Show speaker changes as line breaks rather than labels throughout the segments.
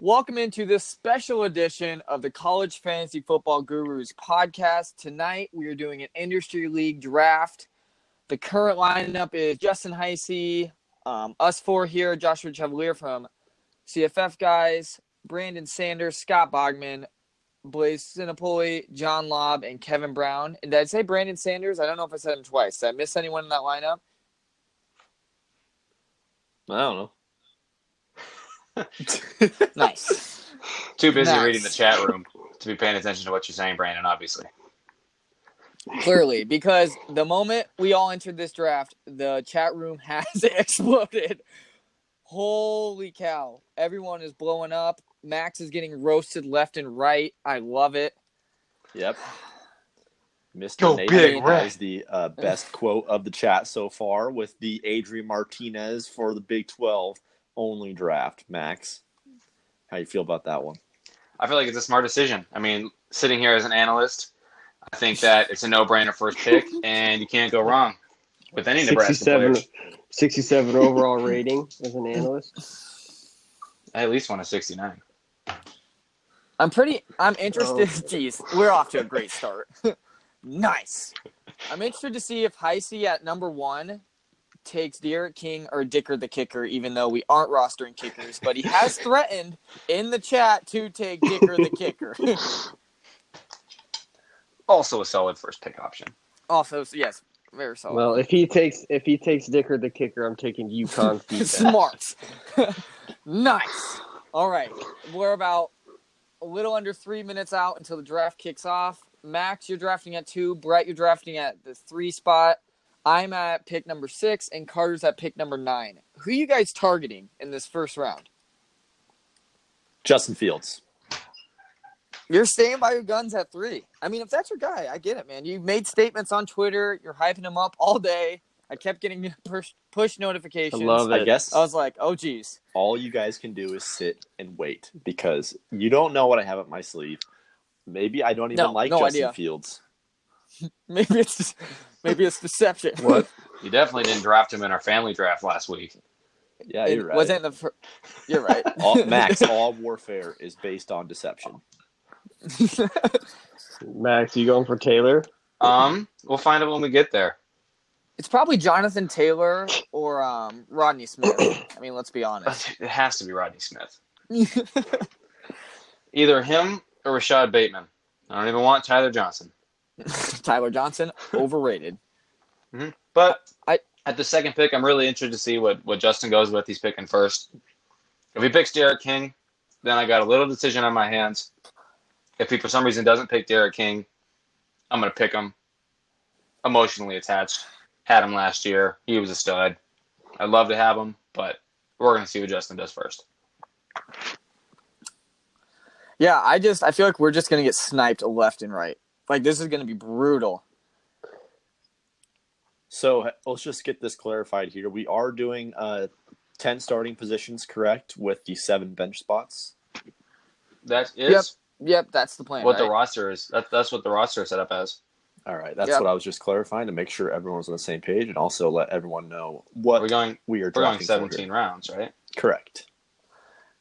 Welcome into this special edition of the College Fantasy Football Gurus podcast. Tonight we are doing an industry league draft. The current lineup is Justin Heisey, um, us four here, Joshua Chevalier from CFF guys, Brandon Sanders, Scott Bogman, Blaze Sinopoli, John Lobb, and Kevin Brown. And did I say Brandon Sanders? I don't know if I said him twice. Did I miss anyone in that lineup?
I don't know.
nice.
Too busy
Nice.
reading the chat room to be paying attention to what you're saying, Brandon, obviously.
clearly because the moment we all entered this draft the chat room has exploded holy cow everyone is blowing up max is getting roasted left and right i love it
Yep. Mr.
Go
Nathan
big red.
has the uh, best quote of the chat so far with the Adrian Martinez for the Big 12 only draft. Max, how you feel about that one?
I feel like it's a smart decision. I mean, sitting here as an analyst, I think that it's a no-brainer first pick, and you can't go wrong with any Nebraska
67,
player.
67 overall rating as an analyst.
I at least want a 69.
i'm pretty i'm interested jeez we're off to a great start nice i'm interested to see if heisey at number one takes derek king or dicker the kicker even though we aren't rostering kickers but he has threatened in the chat to take dicker the kicker
Also a solid first pick option.
Also, s- yes, very solid.
Well, if he takes if he takes Dicker the kicker, I'm taking UConn defense.
Smart. nice. All right. We're about a little under three minutes out until the draft kicks off. Max, you're drafting at two. Brett, you're drafting at the three spot. I'm at pick number six, and Carter's at pick number nine. Who you guys targeting in this first round?
Justin Fields.
You're staying by your guns at three. I mean, if that's your guy, I get it, man. You made statements on Twitter. You're hyping him up all day. I kept getting push, push notifications.
love
I
it.
guess
I was like, oh, geez.
all you guys can do is sit and wait because you don't know what I have up my sleeve. Maybe I don't even
No,
like
no
Justin
idea.
Fields.
Maybe it's maybe it's deception.
What?
You definitely didn't draft him in our family draft last week.
Yeah,
It
you're right.
wasn't the. Fir- you're right.
all, Max, all warfare is based on deception.
Max, you going for Taylor?
Um, we'll find out when we get there.
it's probably Jonathan Taylor or um, Rodney Smith. I mean, let's be honest.
It has to be Rodney Smith. Either him or Rashad Bateman. I don't even want Tyler Johnson.
Tyler Johnson overrated.
But
I-
at the second pick, I'm really interested to see what, what Justin goes with. He's picking first. If he picks Derek King, then I got a little decision on my hands. If he for some reason doesn't pick Derek King, I'm gonna pick him. Emotionally attached. Had him last year. He was a stud. I'd love to have him, but we're gonna see what Justin does first.
Yeah, I just I feel like we're just gonna get sniped left and right. Like this is gonna be brutal.
So let's just get this clarified here. We are doing uh, 10 starting positions, correct, with the seven bench spots.
That is
Yep, that's the plan.
what the
right?
roster is. That, that's what the roster is set up as.
All right. That's
Yep.
what I was just clarifying to make sure everyone's on the same page and also let everyone know
We're
what we,
going
are
we're going
drafting. for here.
seventeen rounds, right?
Correct.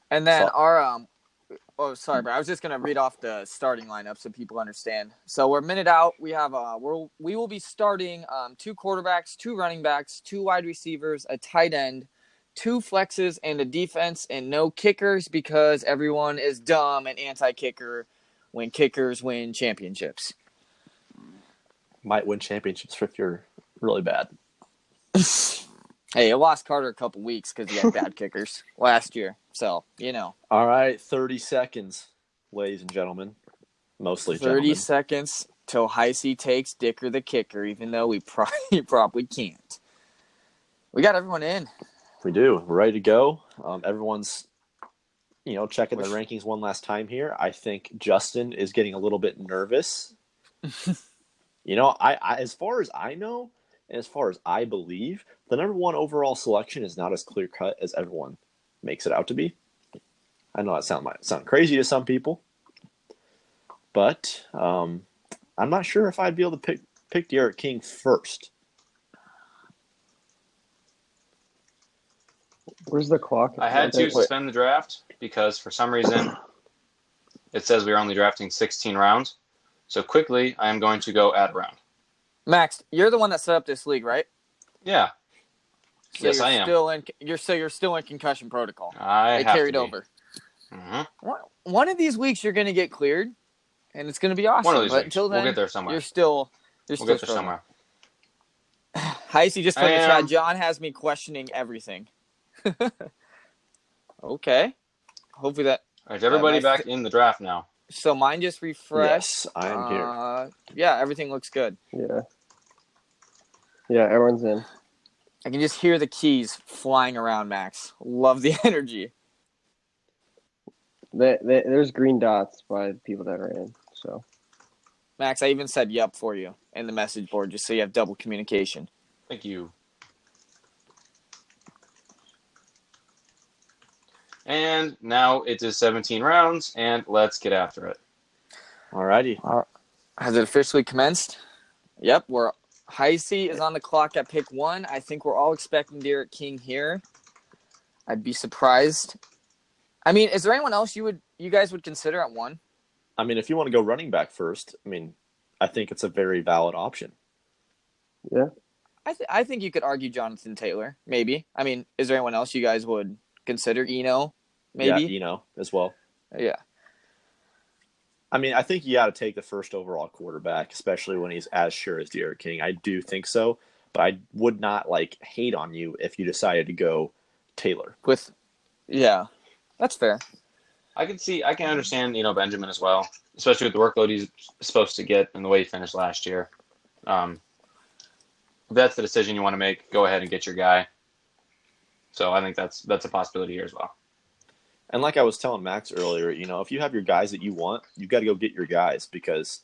and then
so-
our um. Oh, sorry, bro. I was just gonna read off the starting lineup so people understand. So we're a minute out. We have uh, we're we will be starting um two quarterbacks, two running backs, two wide receivers, a tight end, two flexes and a defense and no kickers because everyone is dumb and anti-kicker when kickers win championships.
Might win championships if you're really bad.
Hey, I lost Carter a couple weeks because he had bad kickers last year. So you know,
All right. 30 seconds, ladies and gentlemen. Mostly
thirty
gentlemen.
seconds till Heisey takes Dicker the kicker, even though we probably probably can't. We got everyone in.
We do. We're ready to go. Um, everyone's, you know, checking the
Which-
rankings one last time here. I think Justin is getting a little bit nervous. you know, I, I as far as I know, and as far as I believe, the number one overall selection is not as clear cut as everyone makes it out to be. I know that sound might sound crazy to some people, but um, I'm not sure if I'd be able to pick pick Derek King first.
Where's the clock?
I had to
Wait.
suspend the draft because for some reason it says we are only drafting 16 rounds. So quickly, I am going to go add round.
Max, you're the one that set up this league, right?
Yeah,
So
Yes,
you're
I am.
Still in, you're so you're still in concussion protocol.
I
they
have
carried
to be.
over.
Mhm.
One, one of these weeks, you're going to get cleared, and it's going to be awesome.
One of these
but
weeks.
until then,
we'll get there somewhere.
you're still you're
We'll
still
get there somewhere.
Heisey just put in the
I
chat.
am.
John has me questioning everything. okay, hopefully that.
All right, everybody
my
back
th-
in the draft now.
So mine just refreshed.
Yes, I am here.
Uh, yeah, everything looks good.
Yeah. Yeah, everyone's in.
I can just hear the keys flying around, Max. Love the energy.
They, they, there's green dots by the people that are in. So
Max, I even said yep for you in the message board just so you have double communication.
Thank you. And now it is 17 rounds, and let's get after it.
Alrighty.
Has it officially commenced? Yep, we're Heisey is on the clock at pick one. I think we're all expecting Derek King here. I'd be surprised. I mean, is there anyone else you would you guys would consider at one?
I mean, if you want to go running back first, I mean, I think it's a very valid option.
I th- I think you could argue Jonathan Taylor, maybe. I mean, is there anyone else you guys would consider? Eno,
Yeah,
maybe.
you know, as well.
Yeah.
I mean, I think you got to take the first overall quarterback, especially when he's as sure as Derek King. I do think so, but I would not like hate on you if you decided to go Taylor.
with yeah, that's fair.
I can see, I can understand, you know, Benjamin as well, especially with the workload he's supposed to get and the way he finished last year. Um, if that's the decision you want to make. Go ahead and get your guy. So I think that's that's a possibility here as well.
And like I was telling Max earlier, you know, if you have your guys that you want, you got to go get your guys because,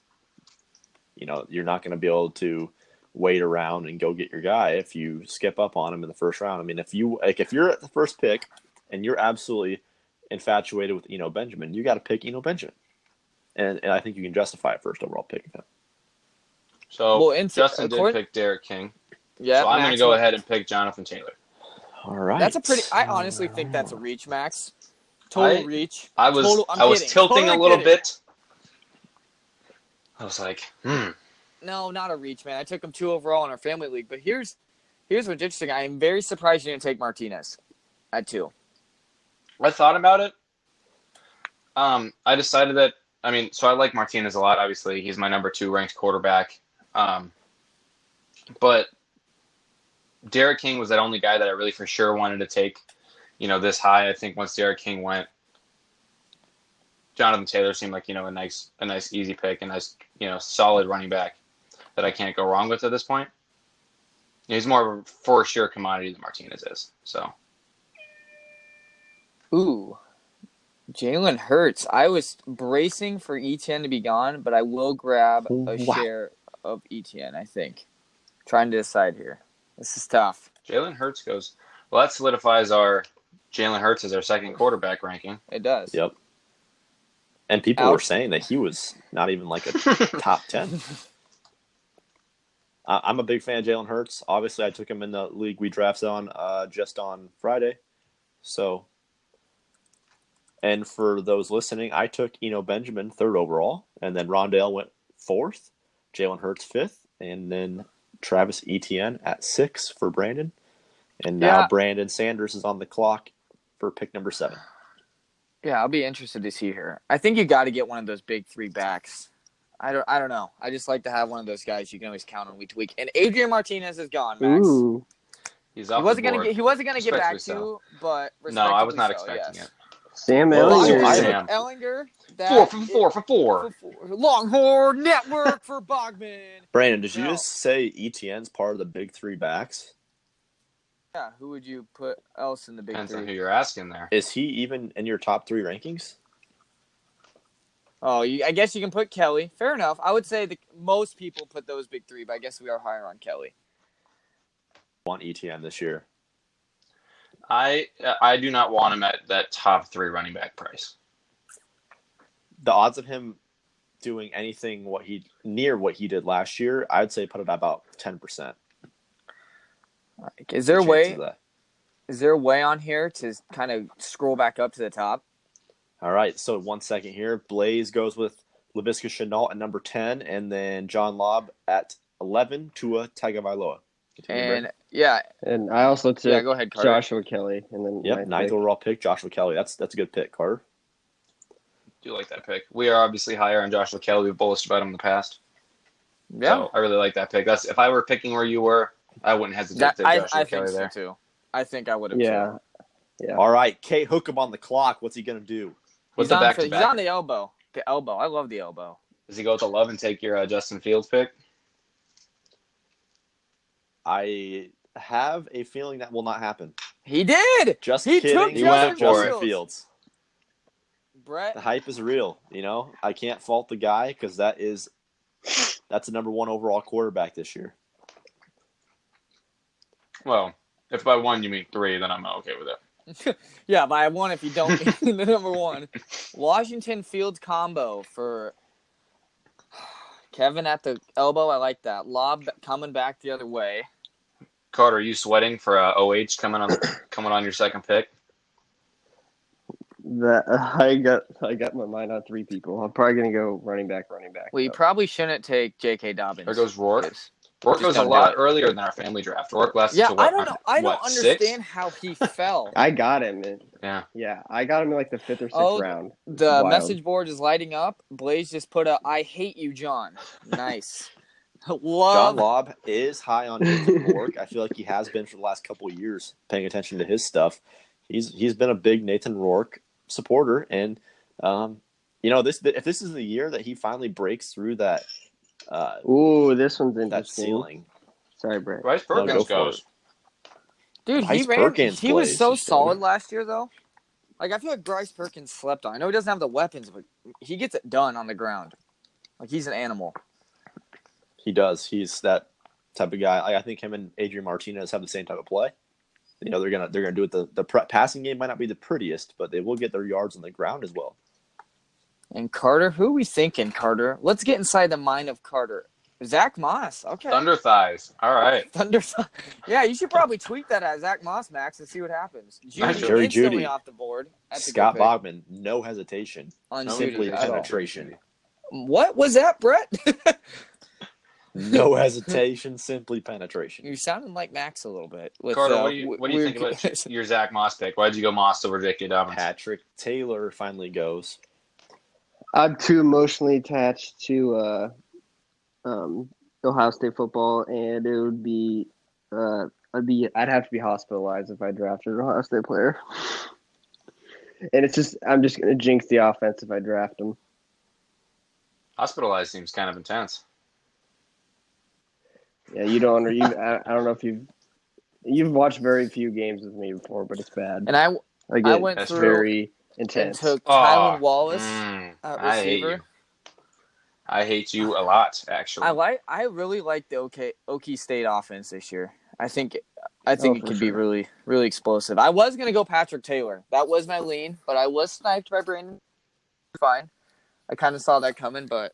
you know, you're not going to be able to wait around and go get your guy if you skip up on him in the first round. I mean, if you like, if you're at the first pick and you're absolutely infatuated with Eno Benjamin, you got to pick Eno Benjamin, and and I think you can justify a first overall pick of him.
So
Well, and-
Oh, Justin did
according-
pick Derek King.
Yeah,
so I'm going to
Max
go
would-
ahead and pick Jonathan Taylor.
All right,
That's a pretty. I honestly think that's a reach, Max. Total
I-
reach.
I was
Total- I'm
I was
kidding.
tilting
Totally
a little
kidding.
bit. I was like, hmm.
No, not a reach, man. I took him two overall in our family league. But here's here's what's interesting. I am very surprised you didn't take Martinez at two.
I thought about it. Um, I decided that I mean, so I like Martinez a lot. Obviously, he's my number two ranked quarterback. Um, but Derek King was that only guy that I really for sure wanted to take. You know, this high. I think once Derek King went, Jonathan Taylor seemed like you know a nice, a nice easy pick, a nice you know solid running back that I can't go wrong with at this point. He's more of a for sure commodity than Martinez is. So
Ooh, Jalen Hurts. I was bracing for ETN to be gone, but I will grab a
Wow.
share of ETN. I think. Trying to decide here. This is tough.
Jalen Hurts goes. Well, that solidifies our Jalen Hurts as our second quarterback ranking.
It does.
Yep. And people were
Ouch.
saying that he was not even like a top ten. I- I'm a big fan of Jalen Hurts. Obviously, I took him in the league we drafted on uh, just on Friday. So, and for those listening, I took Eno Benjamin third overall, and then Rondale went fourth, Jalen Hurts fifth, and then Travis Etienne at six for Brandon. And now
Yeah.
Brandon Sanders is on the clock for pick number seven.
Yeah, I'll be interested to see her. I think you got to get one of those big three backs. I don't. I don't know. I just like to have one of those guys you can always count on week to week. And Adrian Martinez is gone, Max.
ooh,
He's
He
off
wasn't
the
gonna
board.
get. He wasn't gonna get back to
Respectfully
you, but
no, I was not
respectably so,
expecting
yes.
Sam
Well,
Well,
Elliott.
I-
I
I-
took Ellinger.
it.
That
Four from four from four.
is- for four. Longhorn Network for Bogman.
Brandon, did you
No.
just say ETN's part of the big three backs?
Yeah, who would you put else in the big
Depends on who
three?
you're asking there.
Is he even in your top three rankings?
Oh, you, I guess you can put Kelly. Fair enough. I would say the most people put those big three, but I guess we are higher on Kelly.
Want ETN E this year?
I I do not want him at that top three running back price.
The odds of him doing anything what he near what he did last year, I'd say put it about ten percent.
Like, is there a way? Is there a way on here to kind of scroll back up to the top?
All right, so one second here. Blaze goes with LaVisca Chenault at number 10, and then John Lobb at 11, Tua Tagovailoa. Continue, Brett.
And yeah,
And I also took
yeah, go ahead, Carter.
Joshua Kelly, and then
Yep,
my
ninth
pick.
overall pick, Joshua Kelly. That's that's a good pick, Carter.
Do like that pick. We are obviously higher on Joshua Kelly. We've bullished about him in the past.
yeah,
So I really like that pick. That's if I were picking where you were, I wouldn't hesitate
that,
to
I,
Joshua
I
Kelly
think so
there.
too. I think I would have.
Yeah,
All right, K Hookum on the clock. What's he gonna do?
With
he's
the
on
back
fi-
to
he's on
back,
the elbow. The elbow. I love the elbow.
does he go with the love and take your uh, Justin Fields pick?
I have a feeling that will not happen.
He did.
Just
He
kidding.
took
He
Justin
went for
Fields.
it. Fields.
Brett,
The hype is real. You know, I can't fault the guy because that is that's the number one overall quarterback this year.
Well, if by one you mean three, then I'm okay with it.
yeah, by one if you don't mean the number one. Washington Fields combo for Kevin at the elbow. I like that. Lob coming back the other way.
Carter, are you sweating for uh, OH coming on coming on your second pick?
that I got I got my mind on three people. I'm probably gonna go running back, running back.
We
though.
probably shouldn't take J.K. Dobbins.
There goes Rourke. Rourke
Just
goes a
don't do
lot
it.
earlier than our family draft. Rourke lasted
yeah,
to what?
I don't know. I
what,
don't
six?
understand how he fell.
I got him. In,
Yeah.
yeah, I got him in like the fifth or sixth
Oh,
round.
The
Wild.
message board is lighting up. Blaze just put a "I hate you, John." Nice.
John
Love.
Lobb is high on Nathan Rourke. I feel like he has been for the last couple of years, paying attention to his stuff. He's he's been a big Nathan Rourke supporter, and um, you know this if this is the year that he finally breaks through that uh,
Ooh, this one's
that
interesting.
ceiling.
Sorry, Brett.
Bryce Perkins
go for
goes.
it.
Dude, he
Bryce
ran.
Perkins
he was
plays
so
this year.
solid last year, though. Like I feel like Bryce Perkins slept on. I know he doesn't have the weapons, but he gets it done on the ground. Like he's an animal.
He does. He's that type of guy. I, I think him and Adrian Martinez have the same type of play. You know they're gonna they're gonna do it. The the pre- passing game might not be the prettiest, but they will get their yards on the ground as well.
And Carter, who are we thinking, Carter? Let's get inside the mind of Carter. Zach Moss. Okay.
Thunder thighs. All right.
Thunder. yeah, you should probably tweet that at Zach Moss Max and see what happens. Judy
Nice.
Jerry
instantly
Jeudy.
off the board. That's a good
Scott
pick.
Bogman, no hesitation,
on
No
Judy
simply
hesitation.
at all.
penetration.
What was that, Brett?
No hesitation, simply penetration.
you sounded like Max a little bit. With,
Carter,
uh,
what do you what do you
weird-
think about your Zach Moss pick? Why'd you go Moss over J.K. Dobbins?
Patrick Taylor finally goes.
I'm too emotionally attached to uh, um, Ohio State football, and it would be uh, I'd be I'd have to be hospitalized if I drafted an Ohio State player. And it's just I'm just gonna jinx the offense if I draft him.
Hospitalized seems kind of intense.
Yeah, you don't. You, I, I don't know if you've you've watched very few games with me before, but it's bad.
And I,
Like
I
it-
went
it's
through
very
and
intense.
took
Oh,
Tylen Wallace.
mm,
at
I hate you.
receiver.
I hate you a lot, actually.
I like. I really like the OK Okie State offense this year. I think. I think
Oh,
it
for
could be
sure.
really, really explosive. I was gonna go Patrick Taylor. That was my lean, but I was sniped by Brandon. Fine, I kind of saw that coming, but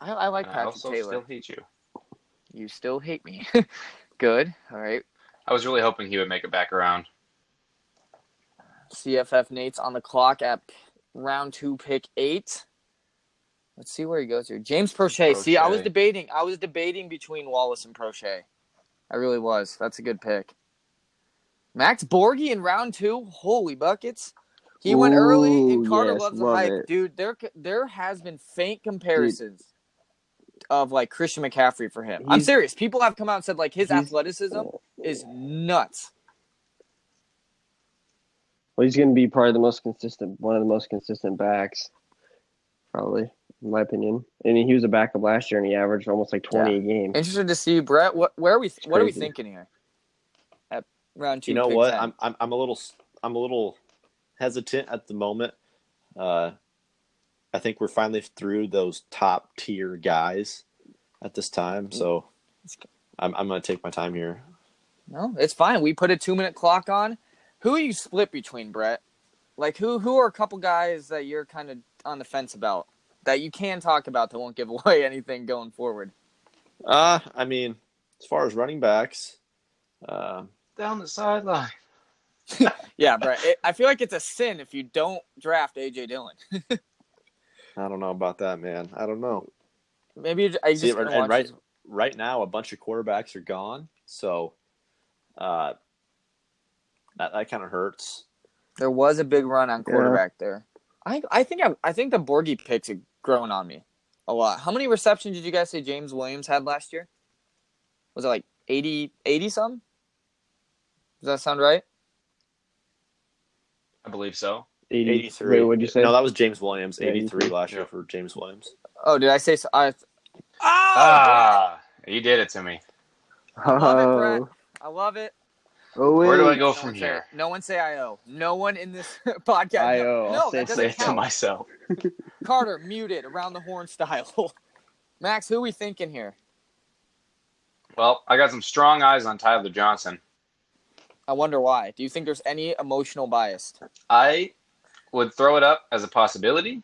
I, I like
And I
Patrick
also
Taylor.
still hate you.
You still hate me. Good. All right.
I was really hoping he would make it back around.
CFF Nate's on the clock at round two, pick eight. Let's see where he goes here. James Prochet. See, I was
Prochet.
debating. I was debating between Wallace and Prochet. I really was. That's a good pick. Max Borgi in round two. Holy buckets. He went early, and
Ooh,
Carter
yes,
loves the
love
hype,
it.
dude. There, c- there has been faint comparisons of like Christian McCaffrey for him. I'm
He's-
serious. People have come out and said like his
he's-
athleticism is nuts.
Well, he's going to be probably the most consistent, one of the most consistent backs, probably in my opinion. I mean, he was a backup last year, and he averaged almost like twenty a game.
Interested to see Brett. What where are we? What are we
crazy.
thinking here? At round two.
You know
pick
what?
10.
I'm, I'm I'm a little s- I'm a little hesitant at the moment. Uh, I think we're finally through those top tier guys at this time,
Mm-hmm.
so I'm I'm gonna take my time here.
No, it's fine. We put a two minute clock on. Who are you split between, Brett? Like who? Who are a couple guys that you're kind of on the fence about that you can talk about that won't give away anything going forward?
Uh, I mean, as far as running backs, uh,
Down the sideline.
Yeah, Brett. It, I feel like it's a sin if you don't draft AJ Dillon.
I don't know about that, man. I don't know.
Maybe you- I just
See, and,
watch
and right,
this-
right now, a bunch of quarterbacks are gone, so uh, that, that kind of hurts.
there was a big run on
Yeah.
quarterback there. I I think I, I think the Borgie picks have grown on me a lot. How many receptions did you guys say James Williams had last year? Was it like 80, 80 some? Does that sound right?
I believe so.
80,
Eighty-three.
Wait, what'd you say?
No, that was James Williams.
Yeah,
Eighty-three last
Yeah.
year for James Williams.
Oh, did I say so? I, ah,
Ah, you did it to me.
love it, Brett.
oh,
I love it.
oh,
Where do I
wait.
go
no
from
one say-
here?
no one say I owe. No one in this podcast.
I
no,
owe. I'll
no,
say
that
Say
doesn't
it to
count.
myself.
Carter muted around the horn style. Max, who we thinking here?
Well, I got some strong eyes on Tyler Johnson.
I wonder why. Do you think there's any emotional bias?
I would throw it up as a possibility,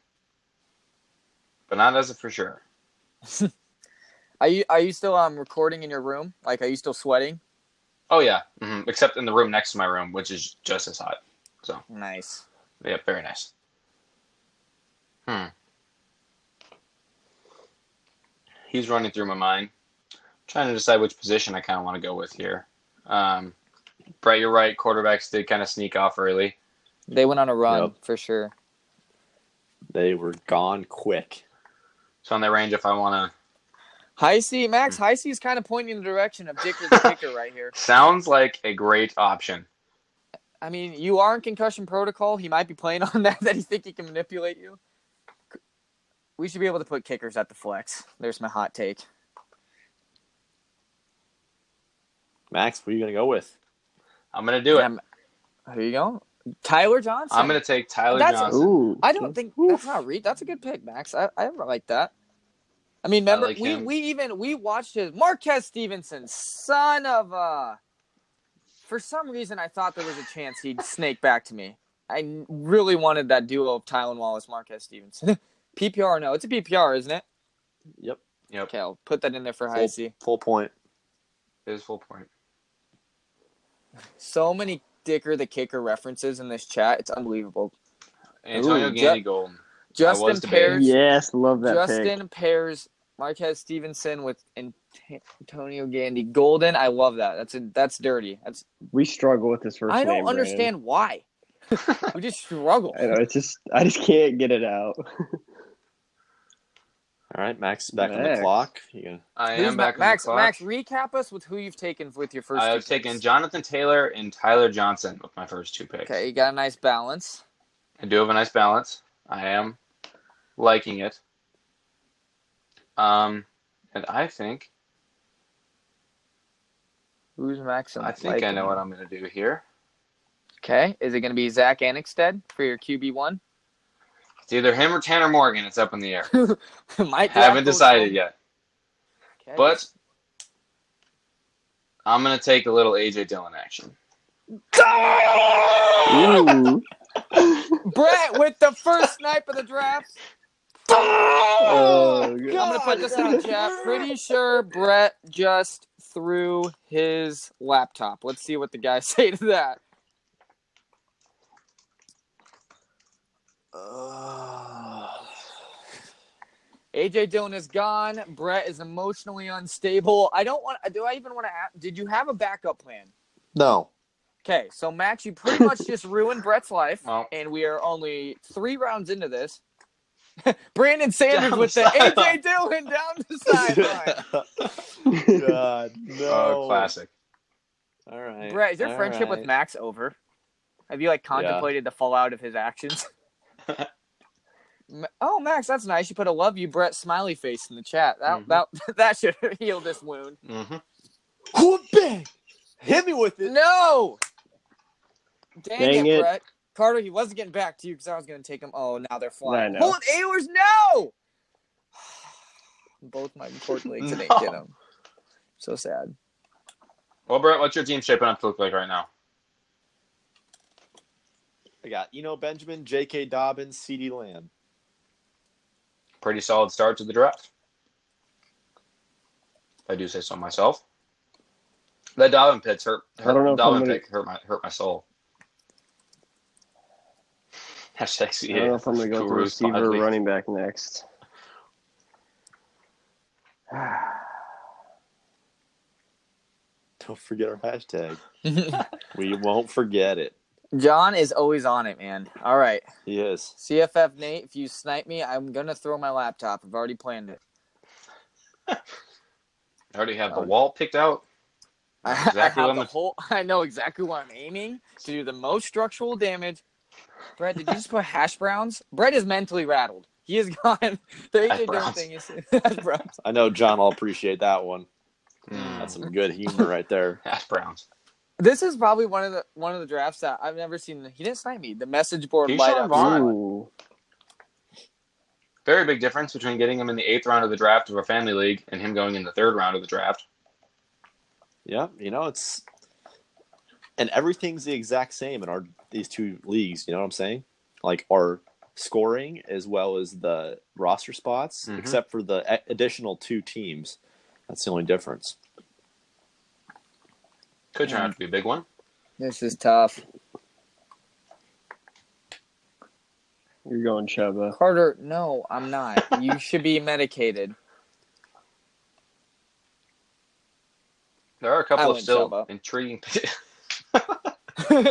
but not as a for sure.
Are you are you still um recording in your room? Like, are you still sweating?
Oh yeah, hmm except in the room next to my room, which is just as hot.
Nice.
Yeah, very nice. Hmm. He's running through my mind, trying to decide which position I kind of want to go with here. Um, Brett, you're right. Quarterbacks did kind of sneak off early.
They went on a run
Yep.
for sure.
They were gone quick.
So on that range, if I want
Heisey,
Mm.
Max, Heisey's kind of pointing in the direction of Dicker the Kicker right here.
to, sounds like a great option.
I mean, you are in concussion protocol. He might be playing on that that he think he can manipulate you. We should be able to put kickers at the flex. There's my hot take.
Max, what are you gonna go with?
I'm gonna do it. I'm,
Um, Who you going? Tyler Johnson.
gonna take Tyler
That's-
Johnson.
Ooh.
I don't think
Oof.
that's not Reed. That's a good pick, Max. I, I like that. I mean, remember
like
we,
him.
we even we watched his Marquez Stevenson, son of a. For some reason, I thought there was a chance he'd snake back to me. I n- really wanted that duo of Tylen Wallace, Marquez Stevenson. PPR, or no, it's a PPR, isn't it?
Yep,
Yep,
Okay, I'll put that in there for
Full-
Heisey.
full point.
his full point.
So many Dicker the Kicker references in this chat. It's unbelievable.
Antonio
Ooh,
Gandy
Ju-
Golden.
Justin
was debating.
Pears,
Yes, love that
Justin pairs Marquez Stevenson with Ant- Antonio Gandy Golden. I love that. That's a, that's dirty. That's
pick. We struggle with this first
I
name,
don't
Brandon.
understand why. we just struggle.
I know. It's just I just can't get it out.
All right, Max, back on
Max.
the clock. You gonna-
I
Who's
am
Ma-
back on
Max,
the clock.
Max, recap us with who you've taken with your first.
I've
two
taken
picks.
Jonathan Taylor and Tyler Johnson with my first two picks.
Okay, you got a nice balance.
I do have a nice balance. I am liking it. Um, and I think
Who's Max?
I think I know what I'm going to do here.
Okay, is it going to be Zach Anixted for your QB one?
It's either him or Tanner Morgan. It's up in the air.
Mike
Haven't decided yet,
Okay.
but I'm going to take a little AJ Dillon action.
Ooh.
Brett with the first snipe of the draft.
Oh, God.
I'm gonna put this in the chat. Pretty sure Brett just threw his laptop. Let's see what the guys say to that. AJ Dillon is gone. Brett is emotionally unstable. I don't want. Do I even want to? ask Did you have a backup plan?
no,
Okay, so Max, you pretty much just ruined Brett's life,
Well.
and we are only three rounds into this. Brandon Sanders
Down
with the
the
AJ Dillon down the sideline.
God, no.
Oh, classic.
All right,
Brett, is your
all
friendship with
right.
Max over? Have you like contemplated the fallout of his actions? Ma- oh, Max, that's nice. You put a love you, Brett, smiley face in the chat. That
Mm-hmm.
Mhm.
that that should heal this wound.
hmm
Whooping! Hit me with it.
No, dang,
Dang
it,
it.
Brett. Carter, he wasn't getting back to you because I was going to take him. Oh, now they're flying.
I know.
Hold Ayers, no! Both my important leagues didn't get him. So sad.
Well, Brett, what's your team shaping up to look like right now?
I got Eno Benjamin, J.K. Dobbins, C.D. Lamb.
Pretty solid start to the draft. If I do say so myself. That Dobbin pick hurt. hurt
I don't know if I'm
Dobbin
gonna-
pick hurt my hurt my soul. Hashtag
I don't know
CA.
if I'm gonna go for
Guru's
receiver or
Bodley.
running back next.
Don't forget our hashtag. We won't forget it.
John is always on it, man. All right.
Yes.
CFF Nate, if you snipe me, I'm going to throw my laptop. I've already planned it.
I already have the
Oh.
wall picked out.
I,
Exactly
I
what
have the
I'm-
whole, I know exactly what I'm aiming to do the most structural damage. Brett, did you just put hash browns? Brett is mentally rattled. He is gone. There is
Hash
a damn
browns.
thing. Is, hash browns.
I know John will appreciate that one. Hmm.
Mm,
That's some good humor right there.
hash browns.
This is probably one of the one of the drafts that I've never seen. He didn't snipe me. The message board
Keyshawn
light up.
Vaughn.
Ooh.
Very big difference between getting him in the eighth round of the draft of a family league and him going in the third round of the draft.
Yeah, you know, it's and everything's the exact same in our these two leagues, you know what I'm saying? Like our scoring as well as the roster spots,
Mhm.
except for the a- additional two teams. That's the only difference.
Could turn out to be a big one.
This is tough.
You're going Chuba.
Carter, no, I'm not. You should be medicated.
There are a
I
couple of
went
still
Chuba.
intriguing.
And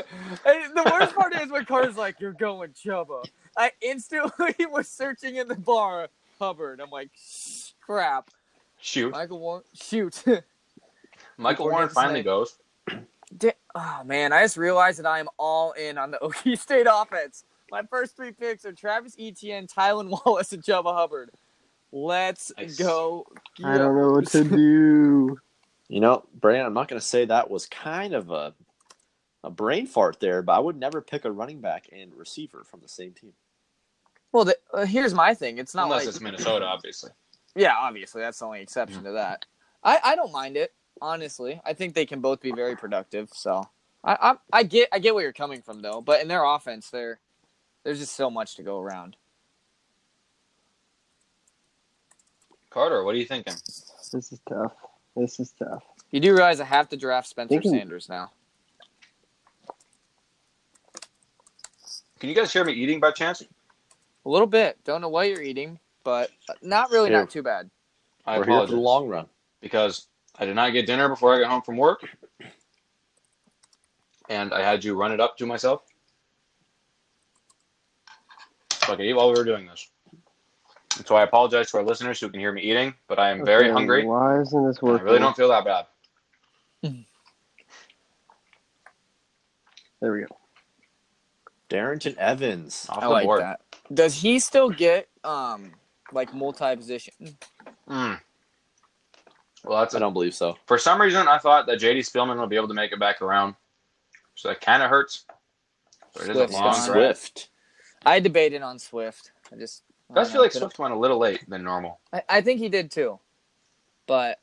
the worst part is when Carter's like, "You're going Chuba." I instantly was searching in the bar Hubbard. I'm like, "Shh, "Crap,
Shoot,
Michael Warren, shoot."
Michael
Before
Warren
Nick's
finally
name.
goes.
Da- oh man, I just realized that I am all in on the Okie State offense. My first three picks are Travis Etienne, Tylen Wallace, and Chuba Hubbard. Let's
Nice.
go.
I don't know what to do.
You know, Brandon, I'm not going to say that was kind of a a brain fart there, but I would never pick a running back and receiver from the same team.
Well, the, uh, here's my thing. It's not
Unless
like
it's Minnesota, obviously.
Yeah, obviously that's the only exception to that. I, I don't mind it honestly. I think they can both be very productive. So I, I I get I get where you're coming from though. But in their offense, there there's just so much to go around.
Carter, what are you thinking?
This is tough. This is tough.
You do realize I have to draft Spencer
Thank you.
Sanders now.
Can you guys hear me eating by chance?
A little bit. Don't know what you're eating, but not really.
Here.
Not too bad.
I
We're here
apologize
for the long run.
because I did not get dinner before I got home from work, and I had you run it up to myself. So I could eat while we were doing this. And so I apologize to our listeners who can hear me eating, but I am very
Okay,
hungry.
Why isn't this
I
working?
really don't feel that bad.
There we go.
Darrington Evans.
Off
I
the
like
board.
that. Does he still get um like multi position?
Mm. Well, that's
I don't believe so.
for some reason I thought that J.D. Spielman would be able to make it back around, so that kind of hurts. But it is
Swift,
a long
Swift.
drive.
Swift.
I debated on Swift. I just I
Does
don't
feel
know,
like
could-
Swift went a little late than normal.
I, I think he did too, but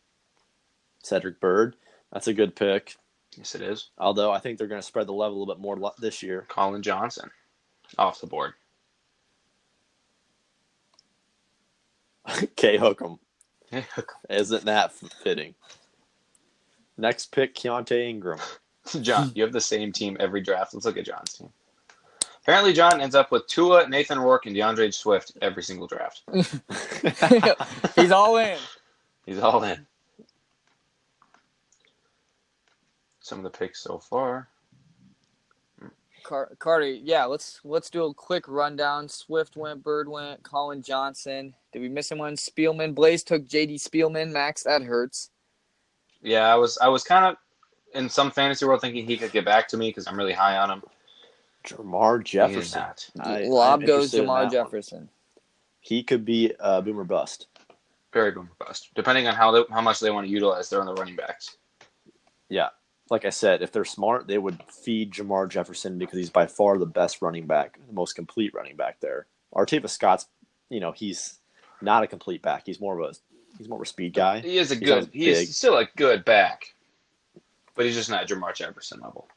Cedric Bird. That's a good pick.
Yes, it is.
Although I think they're going to spread the love a little bit more lo- this year.
Colin Johnson off the board.
K Hookem. Isn't that f- fitting? Next pick, Keontae Ingram.
John, you have the same team every draft. Let's look at John's team. Apparently, John ends up with Tua, Nathan Rourke, and DeAndre Swift every single draft.
he's all in.
He's all in. Some of the picks so far.
Car- Carter, yeah, let's let's do a quick rundown. Swift went, Bird went, Colin Johnson. Did we miss anyone? Spielman, Blaze took J.D. Spielman. Max, that hurts.
Yeah, I was I was kind of in some fantasy world thinking he could get back to me because I'm really high on him.
Jamar
He did
Jefferson.
not.
I-
Lob
I'm
goes
interested in that
Jamar
one.
Jefferson.
He could be uh, boomer bust.
Very boom or bust. Depending on how they, how much they want to utilize their on the running backs.
Like I said, if they're smart, they would feed Jamar Jefferson because he's by far the best running back, the most complete running back there. Arteva Scott's, you know, he's not a complete back. He's more of a he's more of a speed guy.
He is a
He
good.
sounds
He
big.
is still a good back, but he's just not Jamar Jefferson level.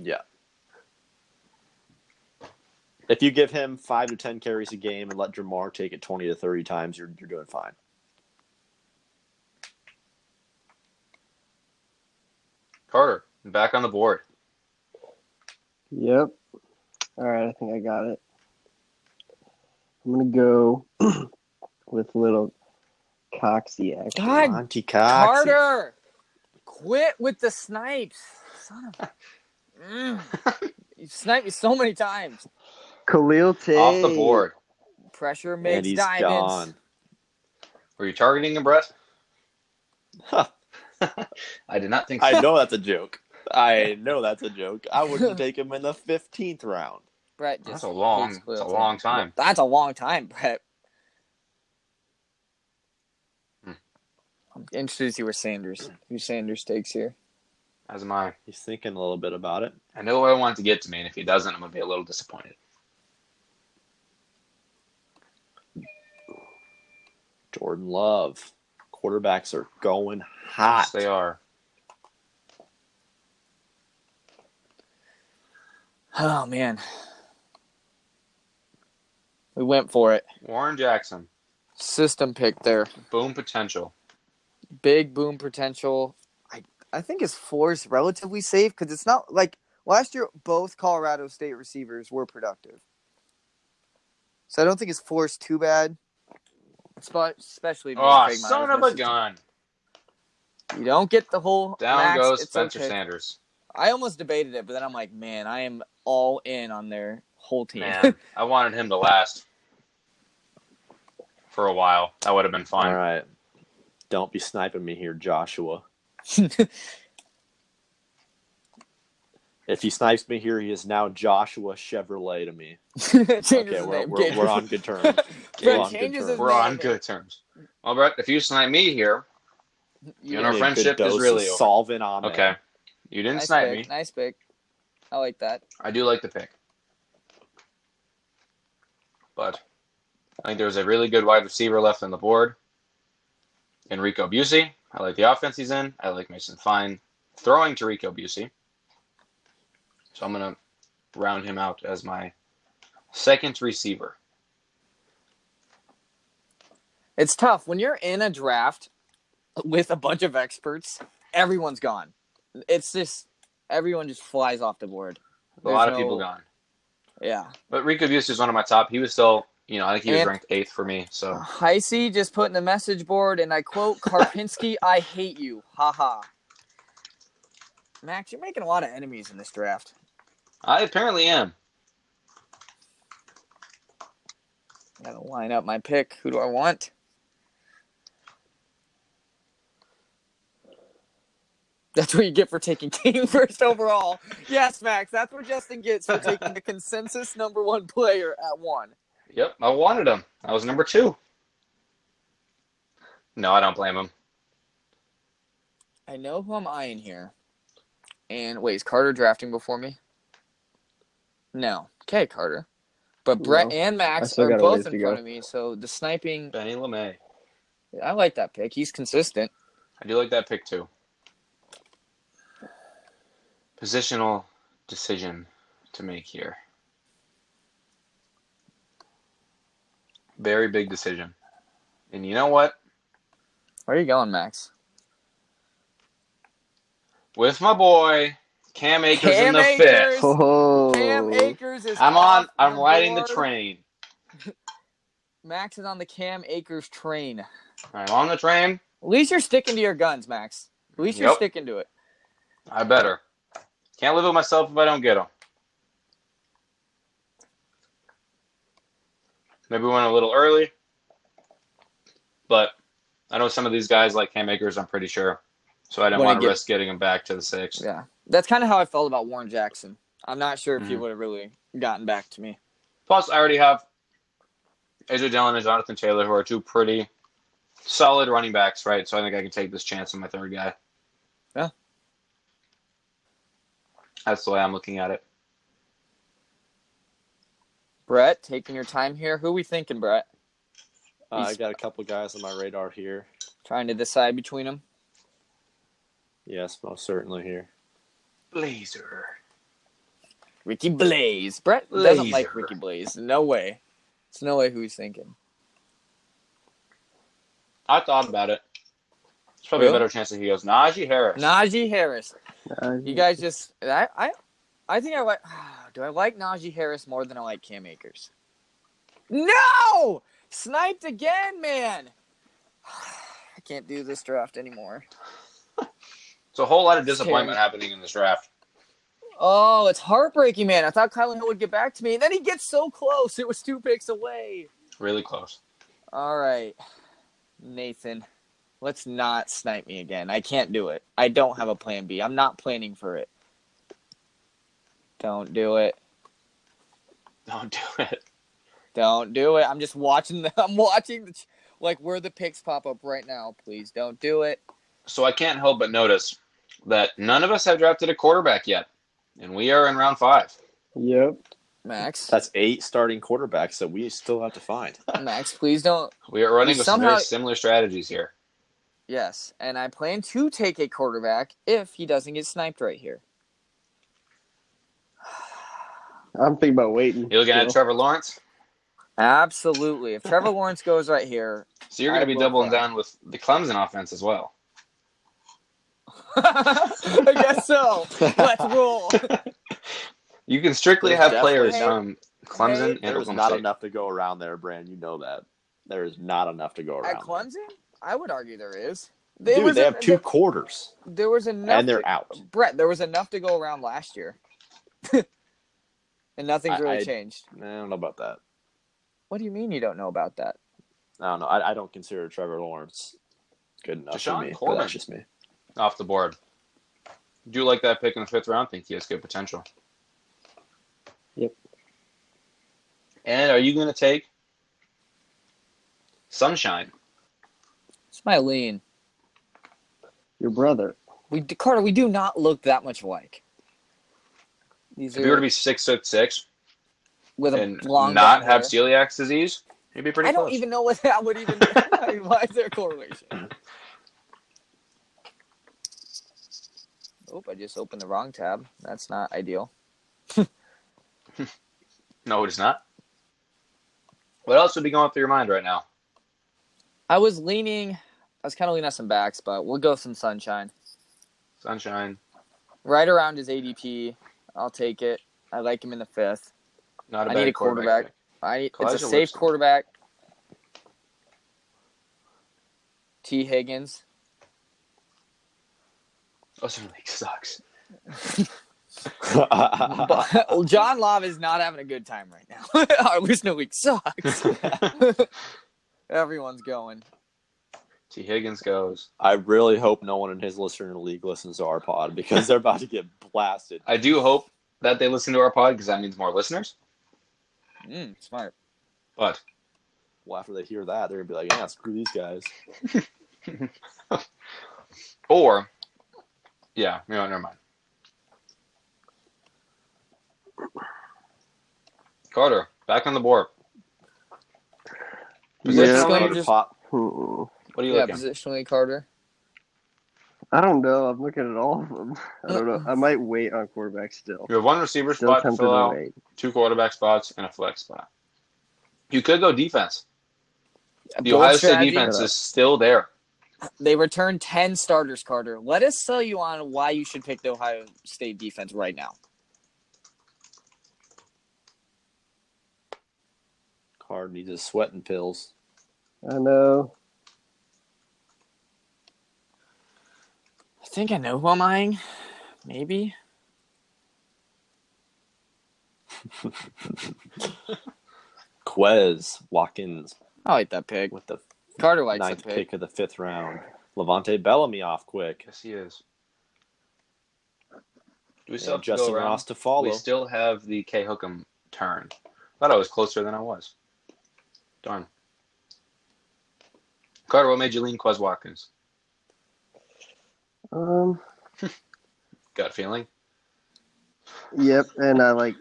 Yeah. If you give him five to ten carries a game and let Jamar take it twenty to thirty times, you're you're doing fine.
Carter back on the board.
Yep. All right, I think I got it. I'm gonna go with little Coxie. Actually.
God,
Monty
Carter, quit with the snipes. Son of a. Mm. you sniped me so many times.
Khalil Tate
Off the board.
Pressure
And
makes
he's
diamonds.
gone.
Were you targeting him, Brett?
Huh.
I did not think so.
I know that's a joke. I know that's a joke. I wouldn't take him in the fifteenth round.
Brett just
That's a long,
hates
that's a
Khalil
long
Tate.
time.
That's a long time, Brett.
Hmm.
I'm interested to see where Sanders, who Sanders takes here.
As am I.
He's thinking a little bit about it.
I know where I want to get to me, and if he doesn't, I'm gonna be a little disappointed.
Jordan Love. Quarterbacks are going hot.
Yes, they are.
Oh man, we went for it.
Warren Jackson,
System pick there.
boom potential.
big boom potential. I I think his floor is relatively safe because it's not like last year. Both Colorado State receivers were productive, so I don't think his floor is too bad. Spe- Especially if
Oh,
Craig Myers
son of a
misses.
gun!
You don't get the whole
Down
max,
goes
it's
Spencer
okay.
Sanders.
I almost debated it, but then I'm like, man, I am all in on their whole team.
Man, I wanted him to last for a while. That would have been fun.
All right. Don't be sniping me here, Joshua. If he snipes me here, he is now Joshua Chevrolet to me.
Changes
Okay,
his
we're,
name.
we're,
Gabe.
we're on good terms.
Brett
we're on good
changes his
terms.
We're on
name.
good terms. Well, Brett, if you snipe me here,
You-
You know,
Need a good
friendship is
dose of
really over.
solvent on
okay. You didn't
Oh, nice
snipe
pick.
me.
Nice pick. I like that.
I do like the pick. But I think there's a really good wide receiver left on the board. Enrico Busey. I like the offense he's in. I like Mason Fine throwing to Rico Busey. So I'm going to round him out as my second receiver.
It's tough when you're in a draft with a bunch of experts. Everyone's gone. It's just everyone just flies off the board.
A
There's
lot of
no-
people gone.
Yeah,
But Rico Busey is one of my top. He was still, you know, I think he was
And-
ranked eighth for me. So
Heisey just put in the message board, and I quote Karpinski, "I hate you." Haha. Max, you're making a lot of enemies in this draft.
I apparently am.
I gotta line up my pick. Who do I want? That's what you get for taking team first overall. Yes, Max, that's what Justin gets for taking the consensus number one player at one.
Yep, I wanted him. I was number two. No, I don't blame him.
I know who I'm eyeing here. And wait, is Carter drafting before me? No. Okay, Carter. But Brett
No.
and
I
Max
still
are
got a
both
ways
in
to
front
go.
of me, so the sniping.
Benny LeMay.
I like that pick. He's consistent.
I do like that pick too. Positional decision to make here. Very big decision. And you know what?
Where are you going, Max?
With my boy Cam Akers
Cam
in the
Akers!
fifth,
Oh,
Cam Akers is.
I'm on.
off
I'm riding the
board.
train.
Max is on the Cam Akers train. At
I'm on the train.
least you're sticking to your guns, Max. At least you're
Yep.
sticking to it.
I better. Can't live with myself if I don't get him. Maybe we went a little early, but I know some of these guys like Cam Akers. I'm pretty sure, so I didn't
Wanna
want to
get-
risk getting him back to the six.
Yeah, that's kind of how I felt about Warren Jackson. I'm not sure if he
Mhm.
would have really gotten back to me.
Plus, I already have AJ Dillon and Jonathan Taylor, who are two pretty solid running backs, right? So I think I can take this chance on my third guy.
Yeah.
That's the way I'm looking at it.
Brett, taking your time here. Who we thinking, Brett?
it. Uh, I got a couple guys on my radar here.
Trying to decide between them.
Yes, most certainly here.
Blazer.
Ricky Blaze. Brett doesn't
Blazer.
like Ricky Blaze. No way. It's no way who he's thinking.
I thought about it. It's probably
Really?
a better chance that he goes Najee Harris.
Najee Harris.
uh,
You guys just I I I think I like Do I like Najee Harris more than I like Cam Akers? No! Sniped again, man. I can't do this draft anymore.
It's a whole lot of disappointment
Terrible.
happening in this draft.
Oh, it's heartbreaking, man. I thought Kylan Hill would get back to me, and then he gets so close. It was two picks away.
Really close.
All right, Nathan, let's not snipe me again. I can't do it. I don't have a plan B. I'm not planning for it. Don't do it.
Don't do it.
Don't do it. I'm just watching. The, I'm watching the, like where the picks pop up right now. Please don't do it.
So I can't help but notice that none of us have drafted a quarterback yet, and we are in round five.
Yep.
Max,
That's eight starting quarterbacks that we still have to find.
Max, please don't.
We are running
We
with some
somehow-
very similar strategies here.
Yes, and I plan to take a quarterback if he doesn't get sniped right here.
I'm thinking about waiting.
You're looking at
still.
Trevor Lawrence,
Absolutely. If Trevor Lawrence goes right here,
so you're going
I
to be
will
doubling
try.
down with the Clemson offense as well.
I guess so. Let's roll.
You can strictly
There's
have players
definitely-
from Clemson and
There is
Oklahoma
not
State.
enough to go around there, Brand. You know that. There is not enough to go around.
At
there.
Clemson, I would argue there is. There
Dude,
was
they
a-
have two
There,
quarters
there was enough.
and they're out.
Brett, there was enough to go around last year, and nothing's
I-
really
I-
changed.
I don't know about that.
What do you mean you don't know about that?
I don't know. I, I don't consider Trevor Lawrence good enough
Deshaun
for me. but
Coleman.
That's just me.
off the board. Do you like that pick in the fifth round? Think he has good potential.
Yep.
And are you going to take Sunshine?
It's my lean.
Your brother.
We d- Carter, we do not look that much alike. These
If you were to
are
be six foot six
with a
and
long
not
blonde
have
hair.
celiac disease, you'd be pretty
I don't
close.
even know what that would even. I mean, why is there a correlation? Oop! I just opened the wrong tab. That's not ideal.
No, it is not. What else would be going through your mind right now?
I was leaning. I was kind of leaning on some backs, but we'll go some sunshine.
Sunshine,
Right around his ADP, I'll take it. I like him in the fifth.
not a
I
bad
need a quarterback.
pick.
I it's
Kalijah
a safe
Wilson.
quarterback. T. Higgins.
Wilson Lake sucks.
But well, John Love is not having a good time right now. Our listener week sucks. Everyone's going.
T. Higgins goes.
I really hope no one in his listener league listens to our pod because they're about to get blasted.
I do hope that they listen to our pod because that means more listeners.
Mm, smart.
But
Well, after they hear that, they're gonna be like, "Yeah, screw these guys."
Or, yeah, no, never mind. Carter, back on the board.
Yeah.
Position
Yeah.
Going
order.
to just-
Pop.
Hmm.
What are you
Yeah,
looking?
positionally, Carter.
Hmm. I don't know. I'm looking at all of them. I don't know. I might wait on quarterback still.
you have one receiver
Still
spot to
tempted
fill
to
out,
wait.
two quarterback spots, and a flex spot. You could go defense. The
Bold
Ohio
strategy.
State defense is still there.
They return 10 starters, Carter. Let us sell you on why you should pick the Ohio State defense right now.
Card needs his sweating pills.
I know.
I think I know who I'm eyeing. Maybe.
Quez Watkins
I like that pig.
with the
Carter likes
ninth
that
pick.
pig.
of the fifth round. Levante Bellamy off quick.
Yes, he is. Do we still
And
have to go
Justin
around?
Ross to follow.
We still have the K Hookem turn. Thought I was closer than I was. Darn. Carter, what made you lean Quez Watkins?
Um.
Gut feeling.
Yep. And I like.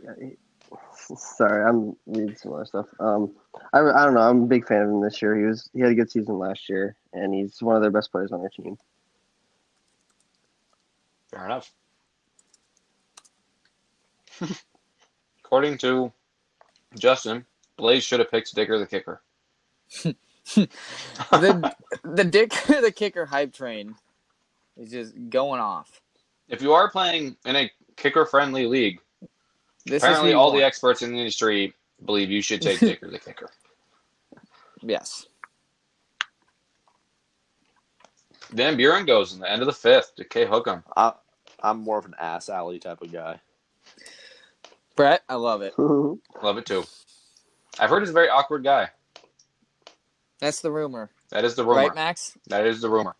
Sorry, I'm reading some other stuff. Um, I, I don't know. I'm a big fan of him this year. He was he had a good season last year, and he's one of their best players on their team.
Fair enough. According to Justin, Blaze should have picked Dicker the kicker.
the the dick the kicker hype train is just going off.
If you are playing in a kicker friendly league,
This
Apparently,
is who
all
you
the
want.
experts in the industry believe you should take Dicker the kicker.
yes.
Then Buren goes in the end of the fifth to K Hookem.
I, I'm more of an ass alley type of guy.
Brett, I love it.
Love it too. I've heard he's a very awkward guy.
That's the rumor,
That is the rumor.
right, Max?
that is the rumor.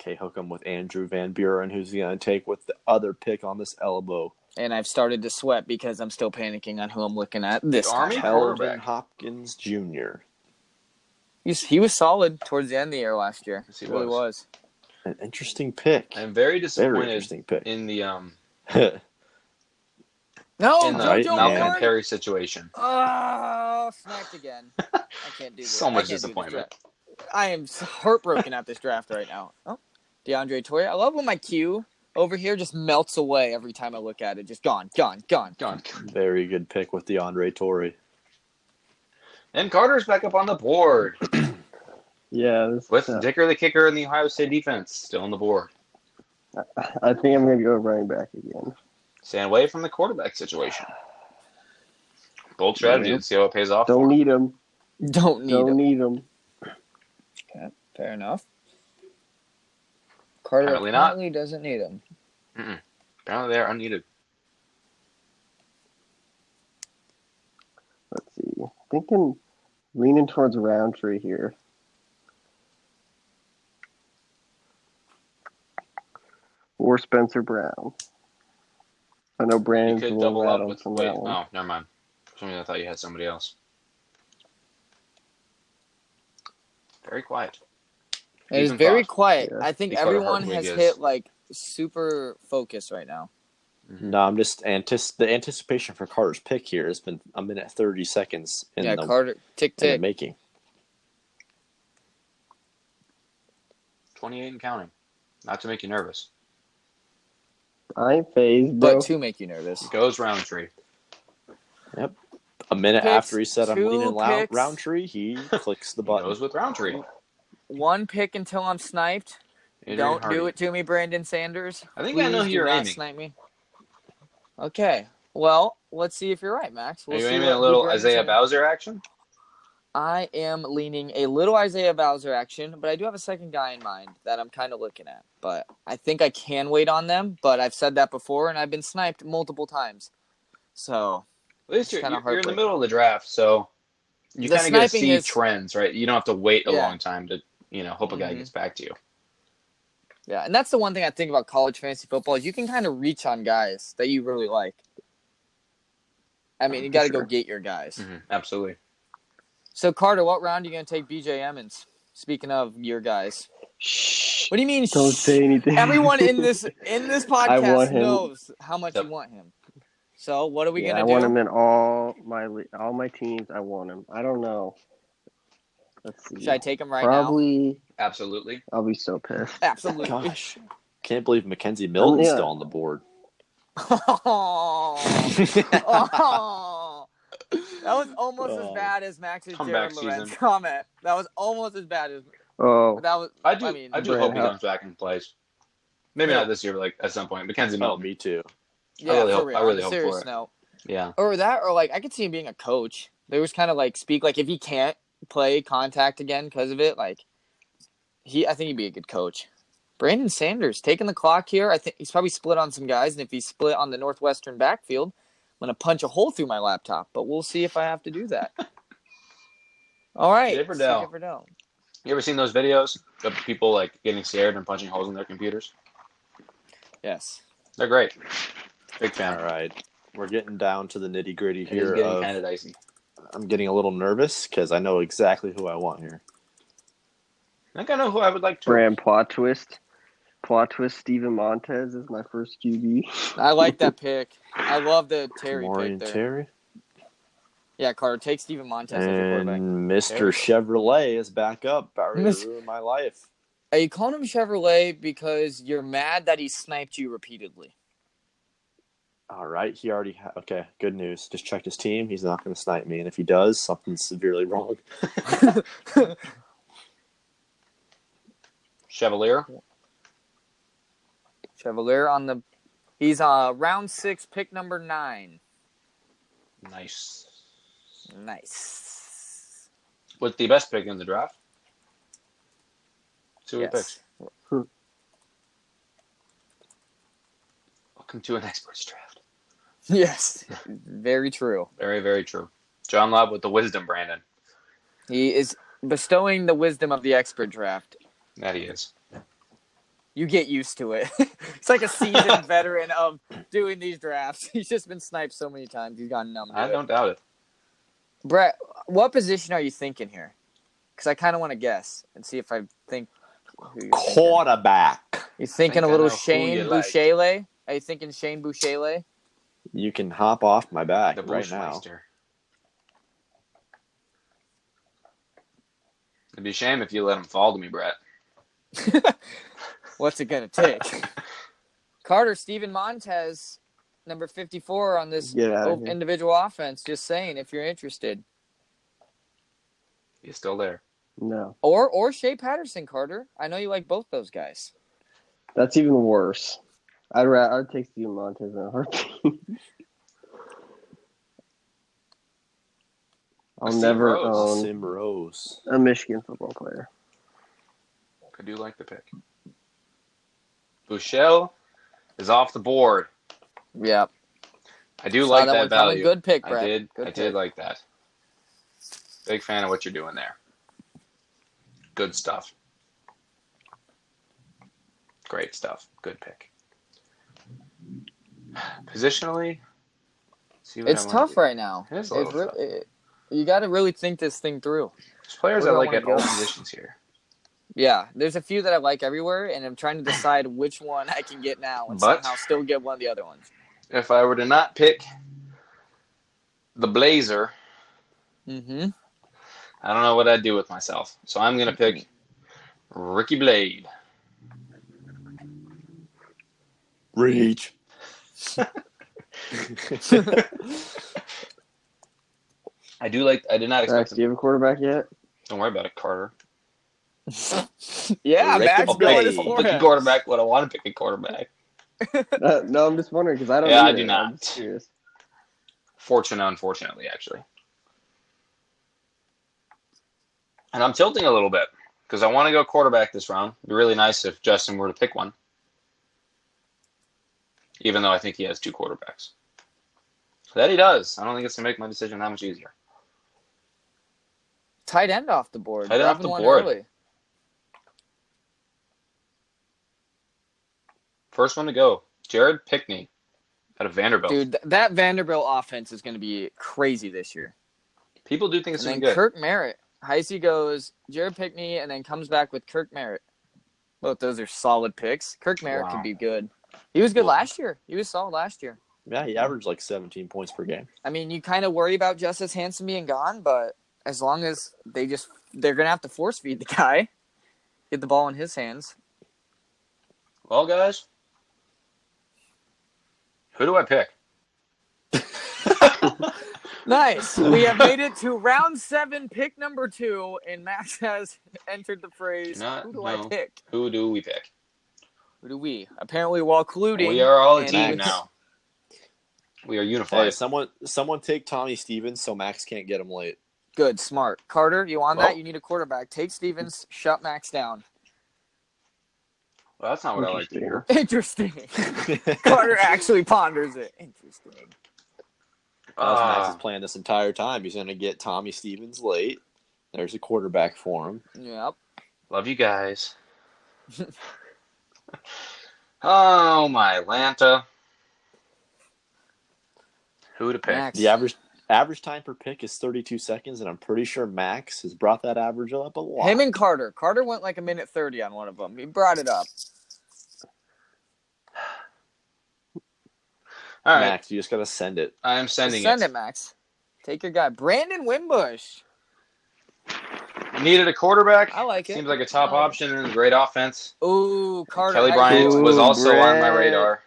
Okay, hook him with Andrew Van Buren, who's going to take with the other pick on this elbow.
And I've started to sweat because I'm still panicking on who I'm looking at. This time.
Army
Calvin
quarterback.
Hopkins Jr.
He's, he was solid towards the end of the year last year.
Yes, he
really was.
An interesting pick.
I'm very
Very
disappointed
interesting pick.
in the um
No,
in the
Right,
JoJo
Malcolm
Warren.
man.
Perry situation.
Oh, smacked again. I can't do this.
So
I
much
can't do this
disappointment.
draft. I am so heartbroken at this draft right now. Oh, DeAndre Torrey. I love when my Q over here just melts away every time I look at it. Just gone, gone, gone.
Gone.
Very good pick with DeAndre Torrey.
And Carter's back up on the board
yeah, this,
with
uh,
Dicker the kicker and the Ohio State defense still on the board.
I think I'm gonna go running back again.
Staying away from the quarterback situation. Bold strategy.
Yeah.
Let's see how it pays off.
Don't need him.
Don't need
Don't
him.
need him.
Fair enough. Carter
Apparently not.
apparently doesn't need him.
Apparently they're unneeded.
Let's see. Thinking, leaning towards Roundtree here. Or Spencer Brown. I know
You
Brandon's a
could
little
double up
rattled
with
from
wait.
that one.
Oh, never mind. For some reason I thought you had somebody else. Very quiet.
It is
Even
very
thought.
quiet.
Yeah.
I think
He caught a
everyone
Hartwig
has
is.
hit like super focus right now.
No, I'm just antis- the anticipation for Carter's pick here has been a minute thirty seconds in,
yeah,
the,
Carter. Tick
in the
tick.
making.
28 and counting. Not to make you nervous.
I ain't phased, bro.
but to make you nervous.
Goes Roundtree.
A minute
Picks,
after he said I'm
two
leaning round
picks.
Roundtree, he clicks the
He
button.
goes with Roundtree.
One pick until I'm sniped.
Adrian
Don't
Hardy.
do it to me, Brandon Sanders.
I think I
Please
know who
do
you're
not
aiming.
Snipe me. Okay. Well, let's see if you're right, Max. We'll
Are you
see
aiming
what-
a
who
little
Brandon
Isaiah
Sanders-
Bowser action?
I am leaning a little Isaiah Bowser action, but I do have a second guy in mind that I'm kind of looking at. But I think I can wait on them. But I've said that before, and I've been sniped multiple times. So
At least
It's
you're,
kinda
you're, you're in the
heartbreaking.
middle of the draft, so you
The
kind of get to
sniping
see
is-
trends, right? You don't have to wait a
Yeah.
long time to, you know, hope a guy
Mhm.
gets back to you.
yeah, and that's the one thing I think about college fantasy football is you can kind of reach on guys that you really like. I mean, you
Mm,
For
got to go
sure.
get your guys.
Mm-hmm. Absolutely.
So Carter, what round are you going to take BJ Emmons? Speaking of your guys,
Shh.
what do you mean?
Don't
shh?
say anything.
Everyone in this in this
want
podcast
him.
knows how much
Yep.
you want him. So what are we
yeah, I
going to
want
do?
him in all my le- all my teams. I want him. I don't know. Let's see.
Should I take him right
Probably.
Absolutely.
I'll be so pissed.
now? Absolutely.
Gosh, can't believe
Oh,
Mackenzie Milton's
yeah.
still on the board.
Aw. Oh. Aw. That was almost as
Oh.
bad as Max's
Comeback
Jared Lorenz
season.
comment. That was almost as bad as
Oh,
that was.
I do. I,
I mean,
do hope he
Brad, how-
comes back and plays. Maybe
Yeah.
not this year, but like at some point, Mackenzie
Oh,
Milton.
me too.
Yeah,
really
for
hope- I
real.
really
on a
hope for
serious
it.
note.
Yeah.
Or that, or like I could see him being a coach. They was kind of like speak like if he can't play contact again because of it, like he, I think he'd be a good coach. Brandon Sanders taking the clock here. I think he's probably split on some guys, and if he's split on the northwestern backfield, I'm gonna punch a hole through my laptop. But we'll see if I have to do that. All right,
Skip or Dell?
Skip or Dell.
You ever seen those videos of people like getting scared and punching holes in their computers?
Yes.
They're great. Big
All
fan.
right, we're getting down to the nitty gritty
It is
here.
getting
of-
kind of dicey.
I'm getting a little nervous because I know exactly who I want here.
I think I know who I would like to.
Brand plot twist. Plot twist. Steven Montez is my first QB.
I like that pick. I love the Terry
Tamari
pick
and
there.
Terry.
Yeah, Carter take Steven Montez as your quarterback.
And Mr.
Terry.
Chevrolet is back up. Barry
Miss-
ruined my life.
Are you calling him Chevrolet because you're mad that he sniped you repeatedly?
All right, he already ha- okay. Good news. Just checked his team. He's not going to snipe me, and if he does, something's severely wrong.
Chevalier.
Chevalier on the he's uh round six, pick number nine.
Nice.
Nice.
With the best pick in the draft. Two
Yes.
picks. Welcome to an expert's draft.
Yes. Very true.
Very, very true. John Lobb with the wisdom, Brandon.
He is bestowing the wisdom of the expert draft.
That he is.
You get used to it. it's like a seasoned veteran of doing these drafts. He's just been sniped so many times. He's gotten numb. to
I
it.
don't doubt it.
Brett, what position are you thinking here? Because I kind of want to guess and see if I think. Who you're, thinking.
Quarterback.
You're thinking
I
a
know
little
who you
Shane
like.
Bouchele? Are you thinking Shane Bouchele?
You can hop off my back
The
right now.
Bushmeister. It'd be a shame if you let him fall to me, Brett.
What's it gonna take? Carter, Steven Montez, number fifty-four on this
Get out
o-
of here.
individual offense. Just saying, if you're interested,
He's still there.
No,
or or Shea Patterson, Carter. I know you like both those guys.
that's even worse. I'd rather I'd take Steven Montez in a heartbeat. I'll
Steve
never
Rhodes.
own
Sim Rose.
a Michigan football player.
I do like the pick. Bouchel is off the board.
Yeah,
I do like that, value.
Good pick, Brett.
I did.
Good
I
pick.
did like that. Big fan of what you're doing there. Good stuff. Great stuff. Good pick. Positionally, see what
It's
I wanna
tough
do.
right now.
It is a
It
little
re-
tough.
it- you got to really think this thing through.
There's players
Where do
I
I
like
wanna
at all
go?
positions here.
Yeah, there's a few that I like everywhere, and I'm trying to decide which one I can get now and
But-
somehow still get one of the other ones.
If I were to not pick the Blazer,
Mm-hmm.
I don't know what I'd do with myself. So I'm gonna pick Ricky Blade.
Reach.
I do like. I did not expect
Max,
him
do you have a quarterback yet?
Don't worry about it, Carter.
Yeah,
Ricky
Max
Oh,
Blade.
going his
Ricky
I'll pick a
forehead.
quarterback when I want to pick a quarterback.
Uh, no, I'm just wondering because I don't.
Yeah, I
either.
do not.
I'm just curious.
Fortunate, unfortunately, actually. And I'm tilting a little bit because I want to go quarterback this round. It'd be really nice if Justin were to pick one, even though I think he has two quarterbacks. So that he does. I don't think it's gonna make my decision that much easier.
Tight end off the board.
Tight end off
Dropping
the
one
board.
early.
First one to go, Jared Pickney, out of Vanderbilt.
Dude, th- that Vanderbilt offense is going to be crazy this year.
People do think it's
And then
gonna be good.
Kirk Merritt. Heisey goes Jared Pickney and then comes back with Kirk Merritt. Both those are solid picks. Kirk Merritt
Wow.
could be good. He was good
Wow.
last year. He was solid last year.
Yeah, he averaged like 17 points per game.
I mean, you kind of worry about Justice Hanson being gone, but as long as they just they're gonna have to force feed the guy, get the ball in his hands.
Well, guys, who do I pick?
Nice. we have made it to round seven, pick number two, and Max has entered the phrase.
Not-
Who do
no.
I pick?
Who do we pick?
Who do we? Apparently, while colluding,
We are all a
and
team
Max.
now. We are
Hey,
unified.
someone someone take Tommy Stevens so Max can't get him late.
good, smart. Carter, you on
Well.
that? You need a quarterback. Take Stevens. Shut Max down.
Well, that's not what I like to
Interesting.
hear.
Interesting. Carter actually ponders it. Interesting.
That's Max's
Ah,
plan this entire time. He's going to get Tommy Stevens late. There's a quarterback for him.
Yep.
love you guys. oh my Atlanta. Who to pick?
Max.
The average average time per pick is 32 seconds, and I'm pretty sure Max has brought that average up a lot.
Him and Carter. Carter went like a minute thirty on one of them. He brought it up.
All right,
Max, you just got to send it.
I am sending
Send
it.
it. Max. Take your guy, Brandon Wimbush.
Needed a quarterback.
I like it.
Seems like a top
I like
option and a great offense.
Ooh, Carter.
Kelly
how you
Bryant
doing?
was
Ooh,
also on my
Brett.
radar.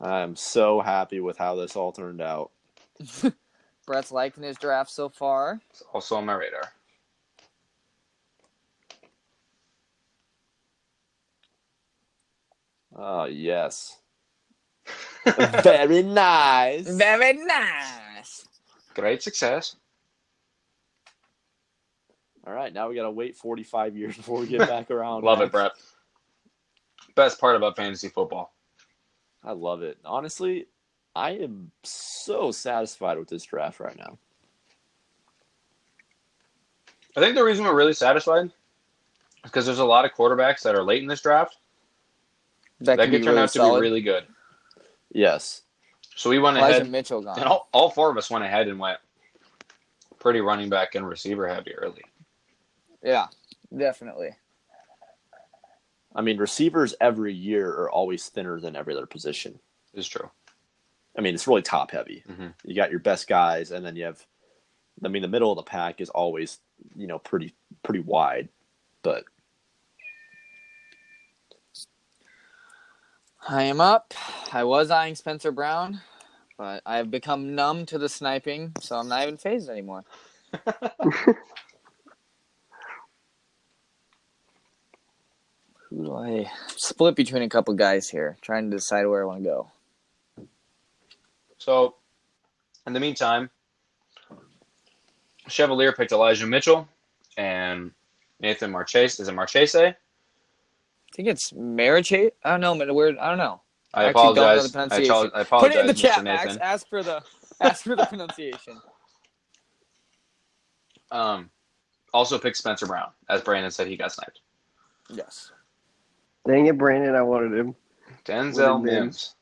I'm so happy with how this all turned out.
Brett's liking his draft so far.
It's Also on my radar.
Oh yes. Very nice.
Very nice.
Great success.
All right, now we gotta wait 45 years before we get back around.
Love
Max.
it, Brett. Best part about fantasy football.
I love it. Honestly, I am so satisfied with this draft right now.
I think the reason we're really satisfied is because there's a lot of quarterbacks that are late in this draft that,
could
could turn out to
solid.
be really good.
Yes.
So we went
Elijah
ahead,
Mitchell gone.
and all, all four of us went ahead and went pretty running back and receiver heavy early.
Yeah, definitely.
I mean, receivers every year are always thinner than every other position.
It's true.
I mean, it's really top heavy.
Mhm.
You got your best guys, and then you have, I mean, the middle of the pack is always, you know, pretty pretty wide. But
I am up. I was eyeing Spencer Brown, but I have become numb to the sniping, so I'm not even phased anymore. Who do I split between a couple guys here, trying to decide where I want to go?
So, in the meantime, Chevalier picked Elijah Mitchell and Nathan Marchese. Is it Marchese?
I think it's Marichate. I don't know, man. Where I don't know.
I
I actually don't know the
apologize. I,
pronunciation.
apo- I
Put
apologize,
it in the
Mr.
chat,
Nathan.
Max. Ask for the ask for the pronunciation.
Um, also picked Spencer Brown, as Brandon said he got sniped.
Yes.
Dang it, Brandon, I wanted him.
Denzel
What a man.
Mims.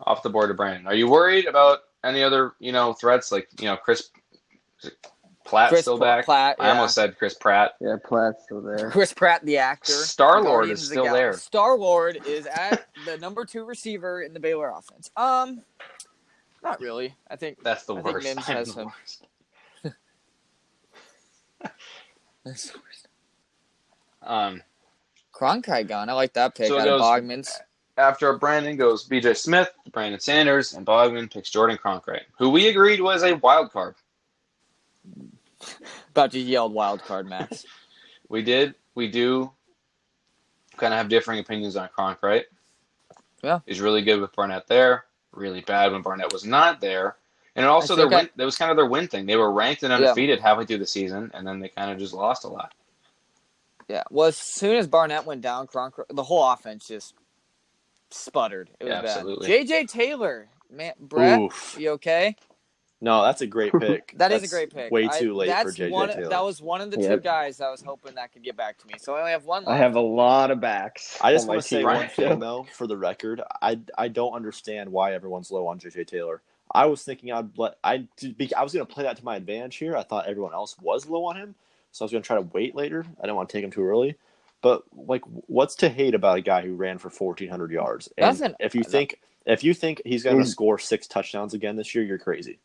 Off the board to Brandon. Are you worried about any other, you know, threats like, you know, Chris is it Platt
Chris
still
Pla-
back?
Platt,
I
yeah.
almost said Chris Pratt.
Yeah, Platt's still there.
Chris Pratt, the actor.
Star-Lord
Guardians
is
of the
still
Gal-
there.
Star-Lord is at the number two receiver in the Baylor offense. Um, not really. I think
That's the
I think
worst.
Mims
I'm
has
the
him.
worst.
Cronkite
Um,
gone. I like that pick
So it
out of
goes-
Bogman's.
after Brandon goes BJ Smith, Brandon Sanders, and Bogman picks Jordan Cronkite, who we agreed was a wild card.
About to yell wild card, Max.
We did, we do kind of have differing opinions on Cronk, right?
Yeah.
He's really good with Barnett there, really bad when Barnett was not there. And also, their
think
win, that was kind of their win thing. They were ranked and
Yeah.
undefeated halfway through the season, and then they kind of just lost a lot.
yeah. Well, as soon as Barnett went down, Cronkite, the whole offense just sputtered. It was
Yeah,
bad.
absolutely.
JJ Taylor, man, Brett,
oof,
you okay?
no, that's a great pick.
That is
That's
a great pick.
Way
I-
too late
that's
for JJ
one,
Taylor.
That was one of the two
Yep.
guys I was hoping that could get back to me. So I only have one.
I
left.
have a lot of backs.
I just
on my
want to say
team
one
right
thing
now.
though, for the record, I I don't understand why everyone's low on JJ Taylor. I was thinking I'd let I to be- I was going to play that to my advantage here. I thought everyone else was low on him, so I was going to try to wait later. I didn't want to take him too early. But like, what's to hate about a guy who ran for fourteen hundred yards? And
Doesn't-
if you think if you think he's going to
He's-
score six touchdowns again this year, you're crazy.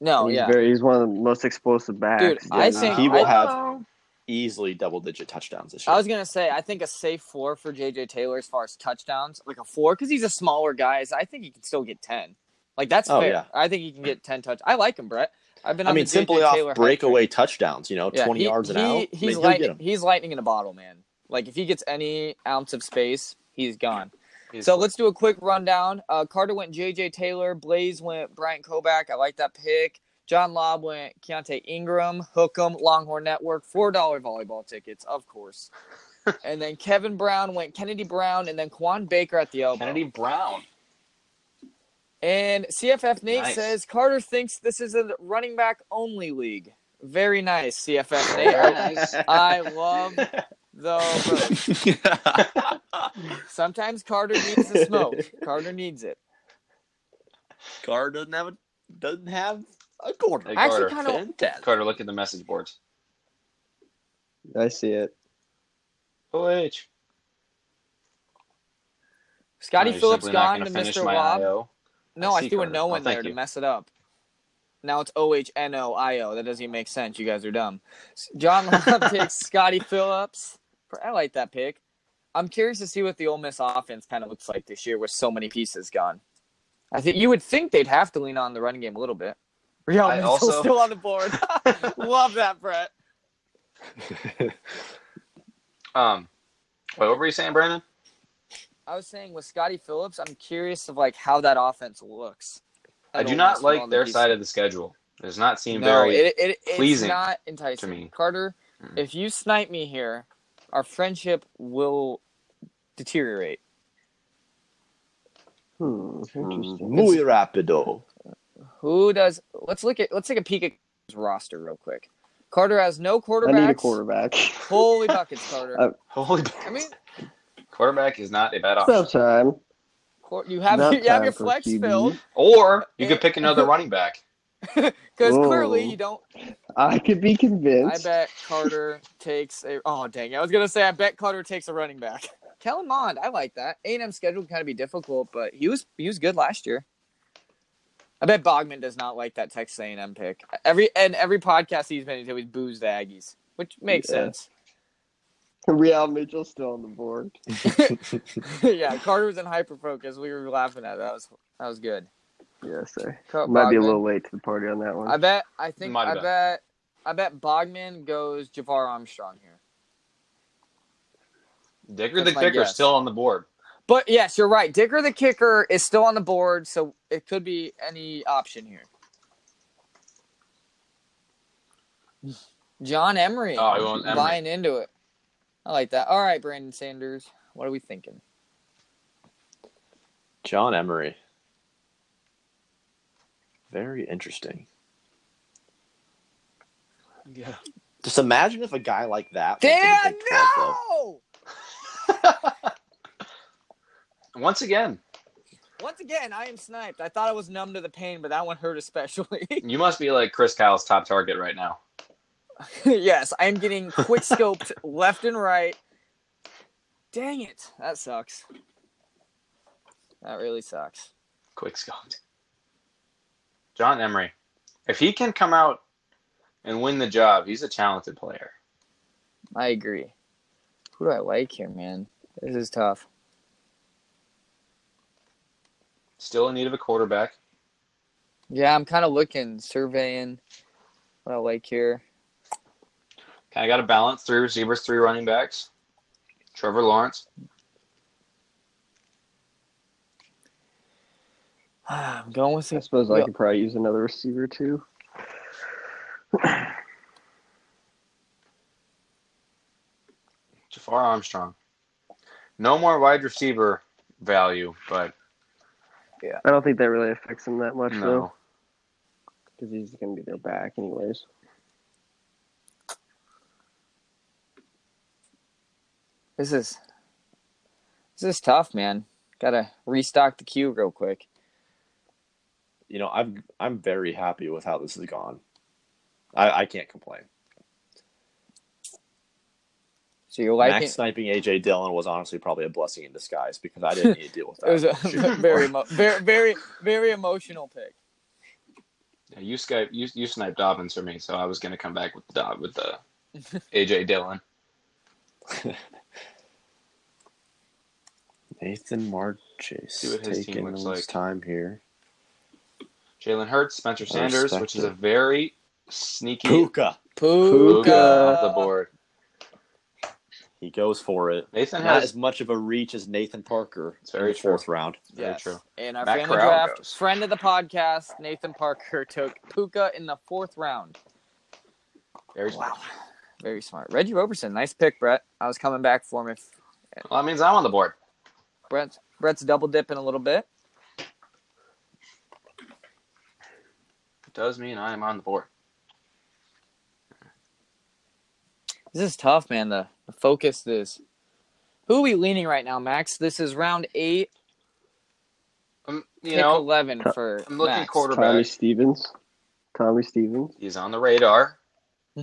no,
he's
Oh, yeah.
very, he's one of the most explosive backs.
I
Yeah.
think-
He will
I-
have easily double digit touchdowns this year.
I was gonna say, I think a safe floor for JJ Taylor as far as touchdowns, like a four, because he's a smaller guy. is I think he can still get ten. Like that's
Oh,
fair.
yeah.
I think he can get ten touch. I like him, Brett. I've been.
I
on
mean,
the
simply
JJ
off
Taylor hype
breakaway
train.
touchdowns, you know,
Yeah,
twenty
he-
yards an
he-
hour. I
He's
mean, he'll get
lightning.
'em.
He's lightning in a bottle, man. Like if he gets any ounce of space, he's gone.
He's-
So let's do a quick rundown. Uh, Carter went J.J. Taylor. Blaze went Bryant Kobach. I like that pick. John Lobb went Keontae Ingram. Hookem, Longhorn Network. $4 volleyball tickets, of course. and then Kevin Brown went Kennedy Brown and then Quan Baker at the elbow.
Kennedy Brown.
And CFF Nate
Nice.
says Carter thinks this is a running back only league. Very nice, CFF Nate.
Very
I-
nice.
I love the approach. Sometimes Carter needs the smoke. Carter needs it.
Car doesn't have a, doesn't have a quarter.
Hey,
I actually
Carter.
kind of
Fantastic.
Carter, look at the message boards.
I see it.
OH.
Scotty
No, you're
Phillips
simply not
gone to
gonna finish
Mr.
my
Wob.
IO.
No,
I
I,
see,
threw a
Carter.
no
Oh,
in there
thank
to
you.
mess it up. Now it's O H N O I O. That doesn't even make sense. You guys are dumb. S- John Love takes Scotty Phillips. I like that pick. I'm curious to see what the Ole Miss offense kind of looks like this year with so many pieces gone. I think you would think they'd have to lean on the running game a little bit. Real
I
Mitchell's
also-
still on the board. Love that, Brett.
Um, Wait, what were you saying, Brandon?
I was saying with Scotty Phillips, I'm curious of like how that offense looks.
I
At
do
Ole
not
Miss
like
on
their
the
side of the schedule. Does not seem
no,
very.
it, it, it's
pleasing
not enticing.
me.
Carter,
Mm.
if you snipe me here, our friendship will deteriorate.
Hmm, interesting.
Muy rápido.
Who does? Let's look at. Let's take a peek at his roster real quick. Carter has no
I
quarterbacks.
need a quarterback.
Holy buckets, Carter.
Uh,
Holy,
I mean,
quarterback is not a bad option.
Stop time.
cor- you have
Not
you have
time
your
for
flex
QB.
filled
Or you
Eh,
could pick another running back.
because clearly
Whoa.
you don't.
I could be
I
convinced.
bet Carter takes a. Oh dang! I was gonna say I bet Carter takes a running back. Kellen Mond, I like that. A and M schedule can kind of be difficult, but he was he was good last year. I bet Bogman does not like that Texas A and M pick. Every and every podcast he's been, he's always boos the Aggies, which makes
Yeah.
sense.
Real Mitchell's still on the board.
yeah, Carter was in hyper focus. We were laughing at that. That was that was good.
Yes, sir.
Cut
Might be a
Bogman.
little late to the party on that one.
Oh, I bet. I think.
Might
I
have been.
bet. I bet Bogman goes Javar Armstrong here.
Digger
That's
the
my
kicker
guess.
still on the board.
But yes, you're right. Dicker the kicker is still on the board, so it could be any option here. John Emery.
Oh, he won't- Emery.
buying into it. I like that. All right, Brandon Sanders. What are we thinking?
John Emery. Very interesting.
Yeah.
Just imagine if a guy like that. went to the
Dan,
Big 12, though.
no!
Once again,
Once again, I am sniped. I thought I was numb to the pain, but that one hurt especially.
you must be like Chris Kyle's top target right now.
yes, I am getting quick scoped left and right. Dang it. That sucks. That really sucks.
Quick Scott. John Emery. If he can come out and win the job, he's a talented player.
I agree. Who do I like here, man? This is tough.
Still in need of a quarterback.
Yeah, I'm kind of looking, surveying what I like here.
Kind of got to balance three receivers, three running backs. Trevor Lawrence.
I'm going with
I
this.
suppose I
Yeah.
could probably use another receiver too.
Jafar Armstrong. No more wide receiver value, but
I don't think that really affects him that much though,
no.
because he's going to be their back anyways.
This is this is tough, man. Gotta restock the queue real quick.
You know, I'm I'm very happy with how this has gone. I, I can't complain.
So you're liking
Max sniping AJ Dillon was honestly probably a blessing in disguise because I didn't need to deal with that.
it was a
Shoot.
very, emo- very very very emotional pick.
Yeah, you Skype you you sniped Dobbins for me, so I was gonna come back with Dob with the AJ Dillon.
Nathan Marchese
See what his team
taking
looks
his
like.
time here.
Jalen Hurts, Spencer Sanders, which is a
respected.
very sneaky
Puka.
Puka,
Puka off the board.
He goes for it.
Nathan
Not
has
as much of a reach as Nathan Parker
It's
in
very
the fourth round.
Very true.
And our
Matt
family
Corral
draft
goes.
friend of the podcast, Nathan Parker, took Puka in the fourth round.
very smart.
Very smart. Reggie Roberson, nice pick, Brett. I was coming back for him if
Well, that means I'm on the board.
Brett's Brett's double dipping a little bit.
It does mean I am on the board.
This is tough, man. The, the focus is. Who are we leaning right now, Max? This is round eight,
Um, you
pick
know,
eleven for
I'm looking
Max.
quarterback.
Tommy Stevens. Tommy Stevens.
he's on the radar.
Uh.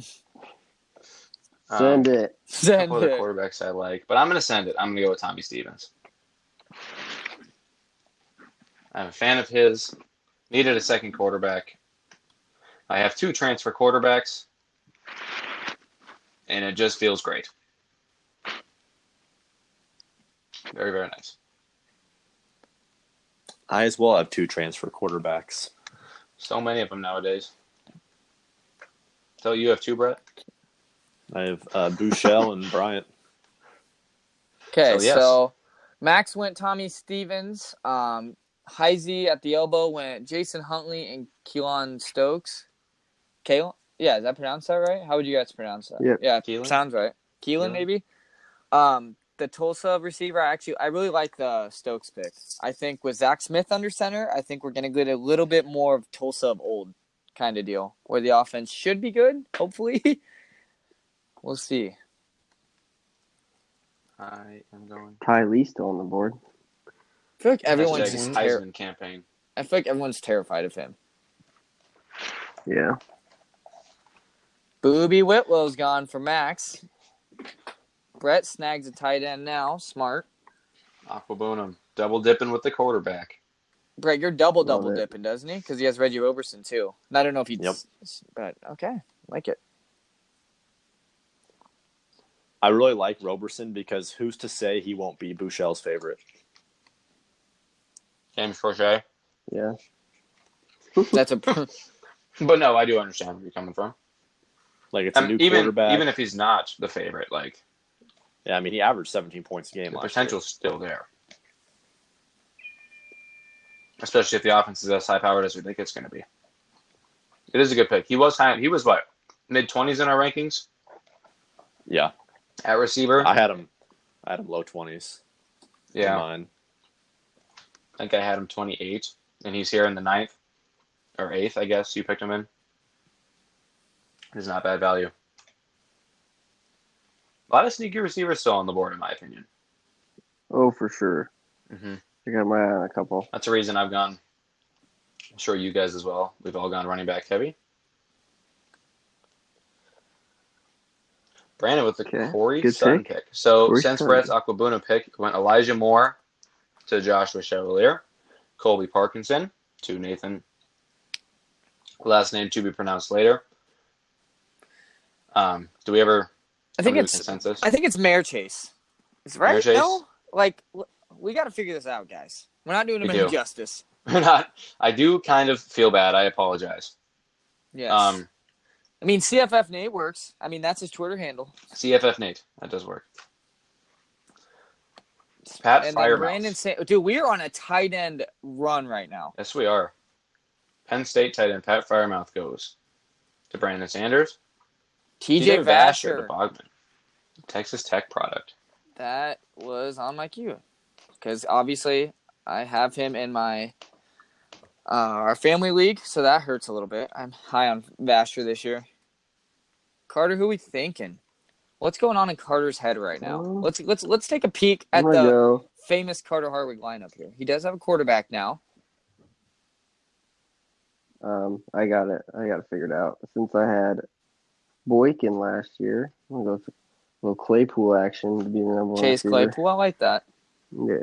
Um,
Send
a
it.
Send
couple other
it.
quarterbacks I like, but I'm gonna send it. I'm gonna go with Tommy Stevens. I'm a fan of his. Needed a second quarterback. I have two transfer quarterbacks, and it just feels great. Very very nice.
I as well have two transfer quarterbacks.
So many of them nowadays. So you have two, Brett.
I have uh, Bouchel and Bryant.
Okay, so,
So, yes.
Max went Tommy Stevens. Um, Heisey at the elbow went Jason Huntley and Keelan Stokes. Kalen? Yeah, is that pronounced that right? How would you guys pronounce that?
Yep.
Yeah,
Keelan?
sounds right. Keelan,
Keelan.
maybe. Um, the Tulsa receiver, I actually, I really like the Stokes pick. I think with Zach Smith under center, I think we're going to get a little bit more of Tulsa of old kind of deal, where the offense should be good, hopefully. we'll see.
I am going.
Kylie's still on the board.
I feel like everyone's
Hashtag
just ter-
Heisman campaign.
I feel like everyone's terrified of him.
Yeah.
Booby Whitlow's gone for Max. Brett snags a tight end now. Smart.
Aquabonum. Double dipping with the quarterback.
Brett, you're double
Love
double
it.
dipping, doesn't he? Because he has Reggie Roberson too. And I don't know if he.
Yep.
But okay, like it.
I really like Roberson because who's to say he won't be Bouchel's favorite?
James Crochet.
Yeah.
That's a.
But no, I do understand where you're coming from.
Like it's
I
a new
mean, Um, even
quarterback.
even if he's not the favorite, like
yeah, I mean he averaged 17 points a game.
the
last year.
potential's still there. Especially if the offense is as high powered as we think it's going to be. It is a good pick. He was high. He was what mid twenties in our rankings
Yeah,
at receiver.
I had him. I had him low 20s. in
yeah,
mine.
I think I had him twenty eight, and he's here in the ninth or eighth, I guess. You picked him in. It is not bad value. A lot of sneaky receivers still on the board, in my opinion.
Oh, for sure.
Mm-hmm.
I got my eye on a couple.
That's the reason I've gone. I'm sure you guys as well. We've all gone running back heavy. Brandon with the
Okay,
Corey
good
Sutton
pick.
pick. So
Corey
since
Sutton.
Brett's Aquabuna pick went Elijah Moore to Joshua Chevalier, Colby Parkinson to Nathan. Last name to be pronounced later. Um, do we ever?
I think
come to a
it's.
consensus.
I think it's Mayor Chase. Is it right?
Mayor Chase?
No. Like w- we got to figure this out, guys. We're not doing him
We
any
do.
justice.
We're not. I do kind of feel bad. I apologize.
Yes.
Um,
I mean, CFF Nate works. I mean, that's his Twitter handle.
CFF Nate. That does work. Pat
and then
Firemouth.
Brandon Sa- dude, we are on a tight end run right now.
Yes, we are. Penn State tight end Pat Firemouth goes to Brandon Sanders.
TJ E
Vasher
Vasher.
to Bogman. Texas Tech product.
That was on my cue. Because obviously I have him in my uh, our family league, so that hurts a little bit. I'm high on Vasher this year. Carter, who we thinking? What's going on in Carter's head right now?
Um,
Let's let's let's take a peek
I'm
at
gonna
the
go.
famous Carter Hartwig lineup here. He does have a quarterback now.
Um, I got it. I got it figured out. Since I had Boykin last year, I'm gonna go with a little Claypool action to be the number one.
Chase
receiver.
Claypool, I like that.
Yeah.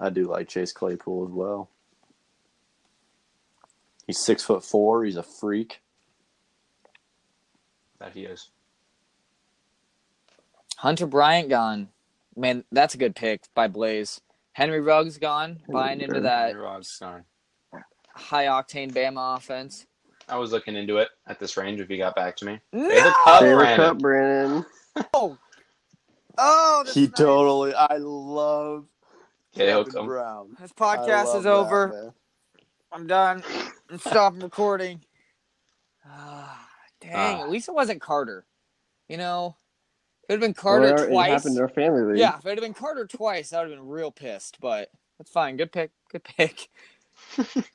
I do like Chase Claypool as well. He's six foot four. He's a freak.
That he is.
Hunter Bryant gone. Man, that's a good pick by Blaze. Henry Ruggs gone, buying into that
Henry Ruggs, sorry.
high octane Bama offense.
I was looking into it at this range if you got back to me.
No!
Cup.
Taylor
Brandon.
Cup, Brandon.
Oh, oh that's
He
nice.
totally. I love
Okay, I'll
Kevin
come.
Brown.
This
I
podcast
love
is
that,
over.
man.
I'm done. I'm stopping recording. Ah, dang,
Ah.
at least it wasn't Carter. You know, if it had been
Well,
Carter
it already
twice.
happened to our family league.
Yeah, if it had been Carter twice, I would have been real pissed, but that's fine. Good pick. Good pick.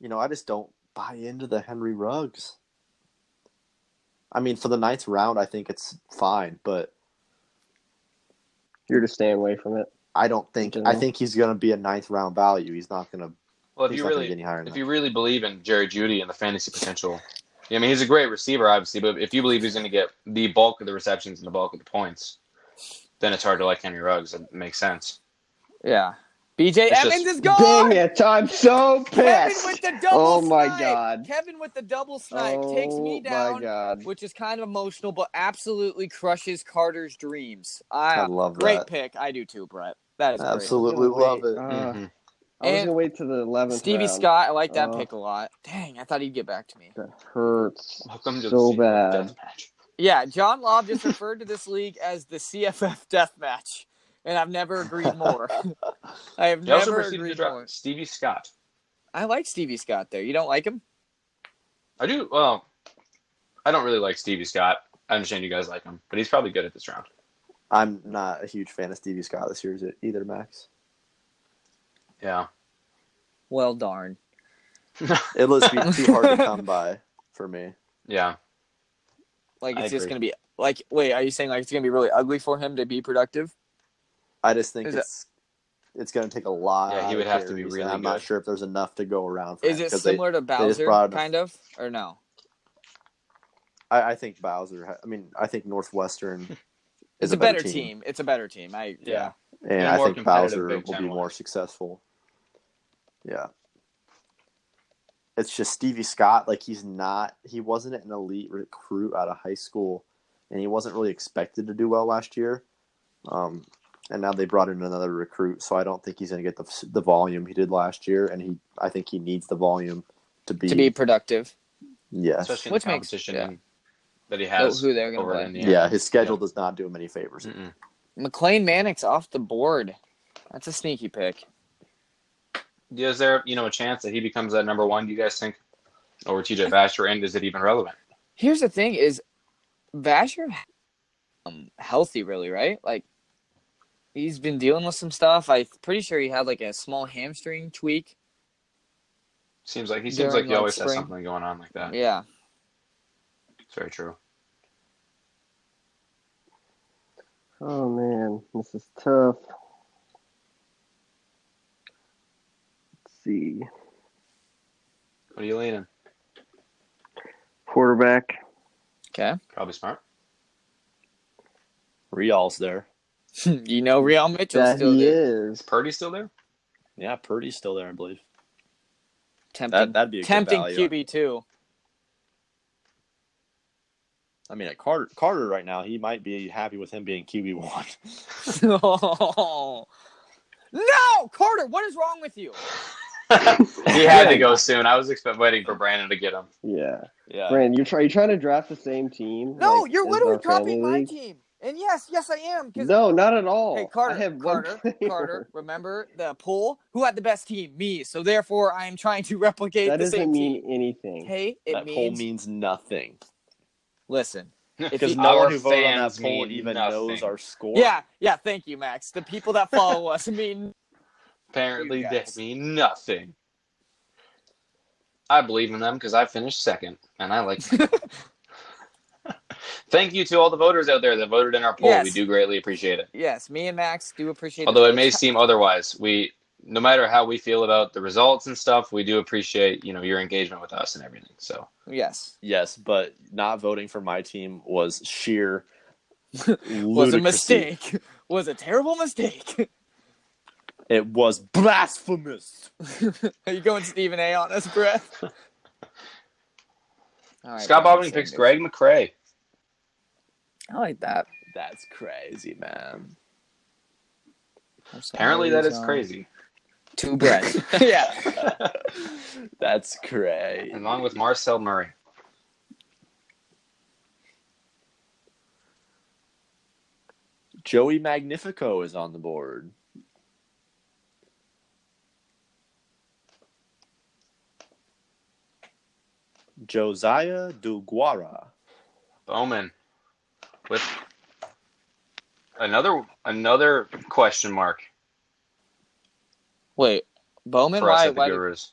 You know, I just don't buy into the Henry Ruggs. I mean, for the ninth round, I think it's fine, but
You're just staying away from it.
I don't think.
Okay.
I think he's going to be a ninth round value. He's not going to.
Well, if
he's
you
not
really
going to get any higher. Than
if
that.
you really believe in Jerry Judy and the fantasy potential, I mean, he's a great receiver, obviously, but if you believe he's going to get the bulk of the receptions and the bulk of the points, then it's hard to like Henry Ruggs. It makes sense.
Yeah. BJ
It's
Evans
just-
is gone.
Dang it! I'm so
Kevin
pissed.
with the double
Oh my
snipe.
God.
Kevin with the double snipe
oh
takes me
my
down,
god!
which is kind of emotional, but absolutely crushes Carter's dreams. I,
I love
great
that.
pick. I do too, Brett. That is
Absolutely.
I'm gonna
love
wait.
it.
Uh,
Mhm.
I was
And
gonna wait to the
great.
eleventh.
Stevie
round.
Scott, I like that
Oh.
pick a lot. Dang, I thought he'd get back to me.
That hurts
Welcome to the
so
Secret
bad.
Death Match.
Yeah, John Lobb just referred to this league as the CFF death match, and I've never agreed more. I have
They also
never
proceeded to
agreed
draft
more.
Stevie Scott.
I like Stevie Scott though. You don't like him?
I do. Well, I don't really like Stevie Scott. I understand you guys like him, but he's probably good at this round.
I'm not a huge fan of Stevie Scott this year is it either, Max.
Yeah.
Well, darn.
It was too too hard to come by for me.
Yeah.
Like
I
it's just
agree.
gonna be like. Wait, are you saying like it's gonna be really ugly for him to be productive?
I just think
Is it-
it's it's going to take a lot.
Yeah, he would
of
have to be
carries,
really
and I'm not
good.
sure if there's enough to go around. For
Is
him,
it
'cause they-
similar to Bowser,
brought-
kind of, or no?
I, I think Bowser. ha- I mean, I think Northwestern
It's
is
a better team. It's a better team. I yeah.
Yeah.
and
And
I
more
think
competitive
Bowser
Big
will
Ten
be more
wise.
successful. Yeah. It's just Stevie Scott. Like he's not. He wasn't an elite recruit out of high school, and he wasn't really expected to do well last year. Um, and now they brought in another recruit, so I don't think he's going to get the the volume he did last year. And he, I think he needs the volume to be.
to be productive.
yes.
Especially in
Which
the
makes-
competition
yeah.
and that he
Oh,
has
who they're gonna
over in
play?
yeah.
Indiana.
His schedule does not do him any favors.
Mm-mm.
McLean Mannix off the board. That's a sneaky pick.
Is there, you know, a chance that he becomes that number one? Do you guys think over TJ Vasher? And is it even relevant?
Here's the thing: is Vasher um, healthy really? Right? Like he's been dealing with some stuff. I'm pretty sure he had like a small hamstring tweak.
Seems like he
During,
seems like he
like,
always has
spring.
something going on like that.
Yeah.
It's very true.
Oh man, this is tough. Let's see.
What are you leaning?
Quarterback.
Okay.
Probably smart.
Mm-hmm.
Rial's there.
you know, Real Mitchell
That
still
he
there.
is.
Purdy's still there?
Yeah, Purdy's still there, I believe.
tempting.
That that'd be a
tempting
good value.
QB too.
I mean, at Carter Carter right now, he might be happy with him being QB one.
no, Carter, what is wrong with you?
he had to go soon. I was expect- waiting for Brandon to get him.
Yeah.
Yeah,
Brandon, you're try- you trying to draft the same team?
No,
like,
you're
as
literally
our family
copying my
league?
team. And yes, yes, I am. 'cause-
No, not at all.
hey, Carter,
Oh, I have one
Carter,
player.
Carter. Remember the poll? Who had the best team? Me. So therefore, I am trying to replicate
That
the same
doesn't mean
team.
anything.
Hey, it
that poll
means,
means nothing
listen. If
because
you-
no
Our
one who voted on that
fans
poll
mean
even
nothing.
knows our score.
Yeah, yeah. Thank you, Max. The people that follow us mean
Apparently,
You
they
guys.
mean nothing. I believe in them because I finished second, and I like. Thank you to all the voters out there that voted in our poll.
Yes.
We do greatly appreciate it.
yes. Me and Max do appreciate.
Although it may
votes.
seem otherwise, we no matter how we feel about the results and stuff, we do appreciate you know your engagement with us and everything. So
yes.
Yes, but not voting for my team was sheer
was a
ludicrousy.
mistake. Was a terrible mistake.
It was blasphemous.
Are you going Stephen A on us, Brett? All right,
Scott
Brandon
Bobbing picks
Sanders.
Greg McCray.
I like that.
That's crazy, man.
I'm sorry,
Apparently, that is
um,
crazy.
Two Brett. yeah.
That's crazy.
Along with Marcel Murray.
Joey Magnifico is on the board. Josiah Duguara.
Bowman with another another question mark
Wait, Bowman.
for us
Why?
at the
Why? did-
Gurus.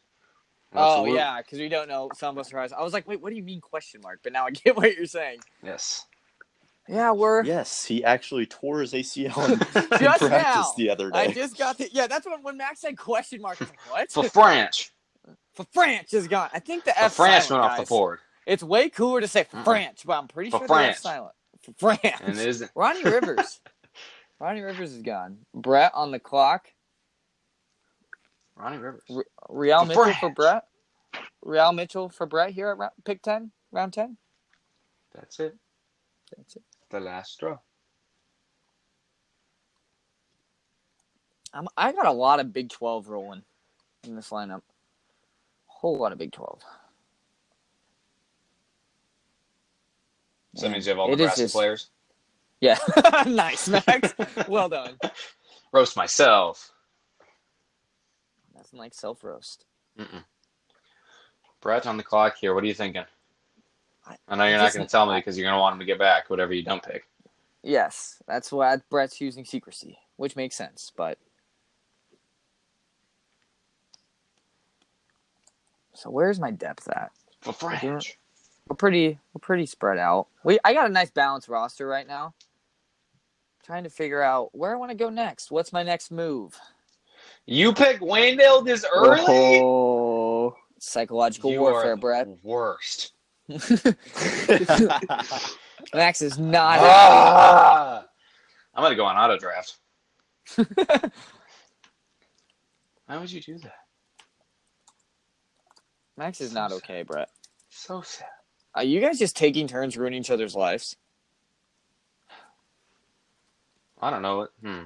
Oh
Absolute-
yeah, because we don't know some of us surprised. I was like, wait, what do you mean question mark? But now I get what you're saying.
Yes.
Yeah, we're.
Yes, he actually tore his ACL in, in
Just
practice
now.
the other day.
I just got the. Yeah, that's when when Max said question mark. I was like, what?
For French.
For France is gone. I think the
For
F.
France went
silent,
off the
guys.
board.
It's way cooler to say
Mm-mm.
French, but I'm pretty
For
sure France.
France.
silent. For France.
And it isn't
Ronnie Rivers. Ronnie Rivers is gone. Brett on the clock.
Ronnie Rivers.
R- Real
For
Mitchell
France.
for Brett. Real Mitchell for Brett here at round, pick 10, round 10.
That's it.
That's it.
The last straw.
I'm, I got a lot of Big 12 rolling in this lineup. Whole lot of Big 12.
So that means you have all
It is
Nebraska
just-
players.
Yeah. nice, Max. well done.
Roast myself.
Nothing like self roast.
Brett on the clock here. What are you thinking?
I-
I know you're
I
not
just-
going to tell me because you're going to want him to get back whatever you don't pick.
Yes, that's why Brett's using secrecy, which makes sense, but. So where's my depth at?
For French.
We're pretty we're pretty spread out. We I got a nice balanced roster right now. Trying to figure out where I want to go next. What's my next move?
You pick Wayndale this early?
Oh,
Psychological
you
warfare,
are the
Brett.
worst.
Max is not
Ah! I'm going to go on auto draft. Why would you do that?
Max is not okay, Brett.
So sad.
Are you guys just taking turns ruining each other's lives?
I don't know. what- Hmm.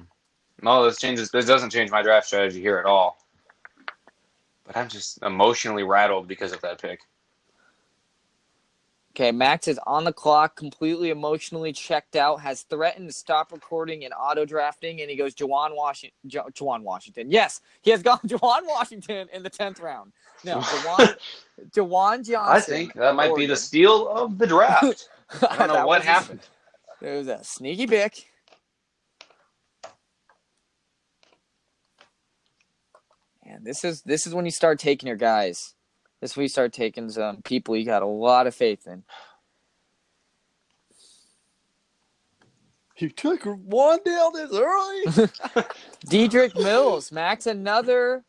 No, this changes. This doesn't change my draft strategy here at all. But I'm just emotionally rattled because of that pick.
Okay, Max is on the clock, completely emotionally checked out, has threatened to stop recording and auto drafting, and he goes Jawan Washington. Ja- Jawan Washington. Yes, he has gone Jawan Washington in the tenth round. No, Jawan, Jawan Johnson.
I think that might be
Oregon.
the steal of the draft. I don't know
That
what
was-
happened.
There was a sneaky pick. And this is this is when you start taking your guys. This is when you start taking some people you got a lot of faith in.
You took one deal this early.
Diedrich Mills, Max, another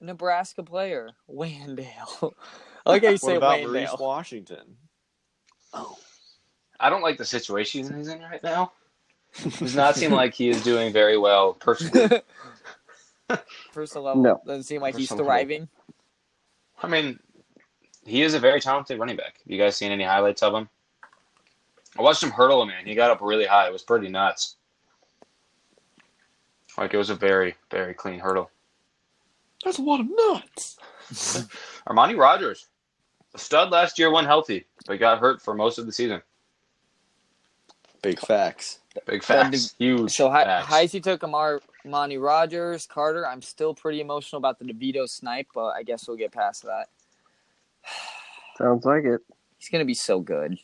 Nebraska player. Wandale. Okay, you
what
say
about Maurice
Wandale.
Washington?
I don't like the situation he's in right now. Does not seem like he is doing very well personally.
Personal level
No.
doesn't seem like he's
Personal
thriving.
I mean, he is a very talented running back. You guys seen any highlights of him? I watched him hurdle a man. He got up really high. It was pretty nuts. Like it was a very, very clean hurdle.
That's a lot of nuts.
Armani Rogers, a stud last year when healthy, but got hurt for most of the season.
Big facts.
Big facts, huge.
So Hi-
facts.
Heisey took Amar Monty Rogers, Carter. I'm still pretty emotional about the DeVito snipe, but I guess we'll get past that.
sounds like it.
He's gonna be so good.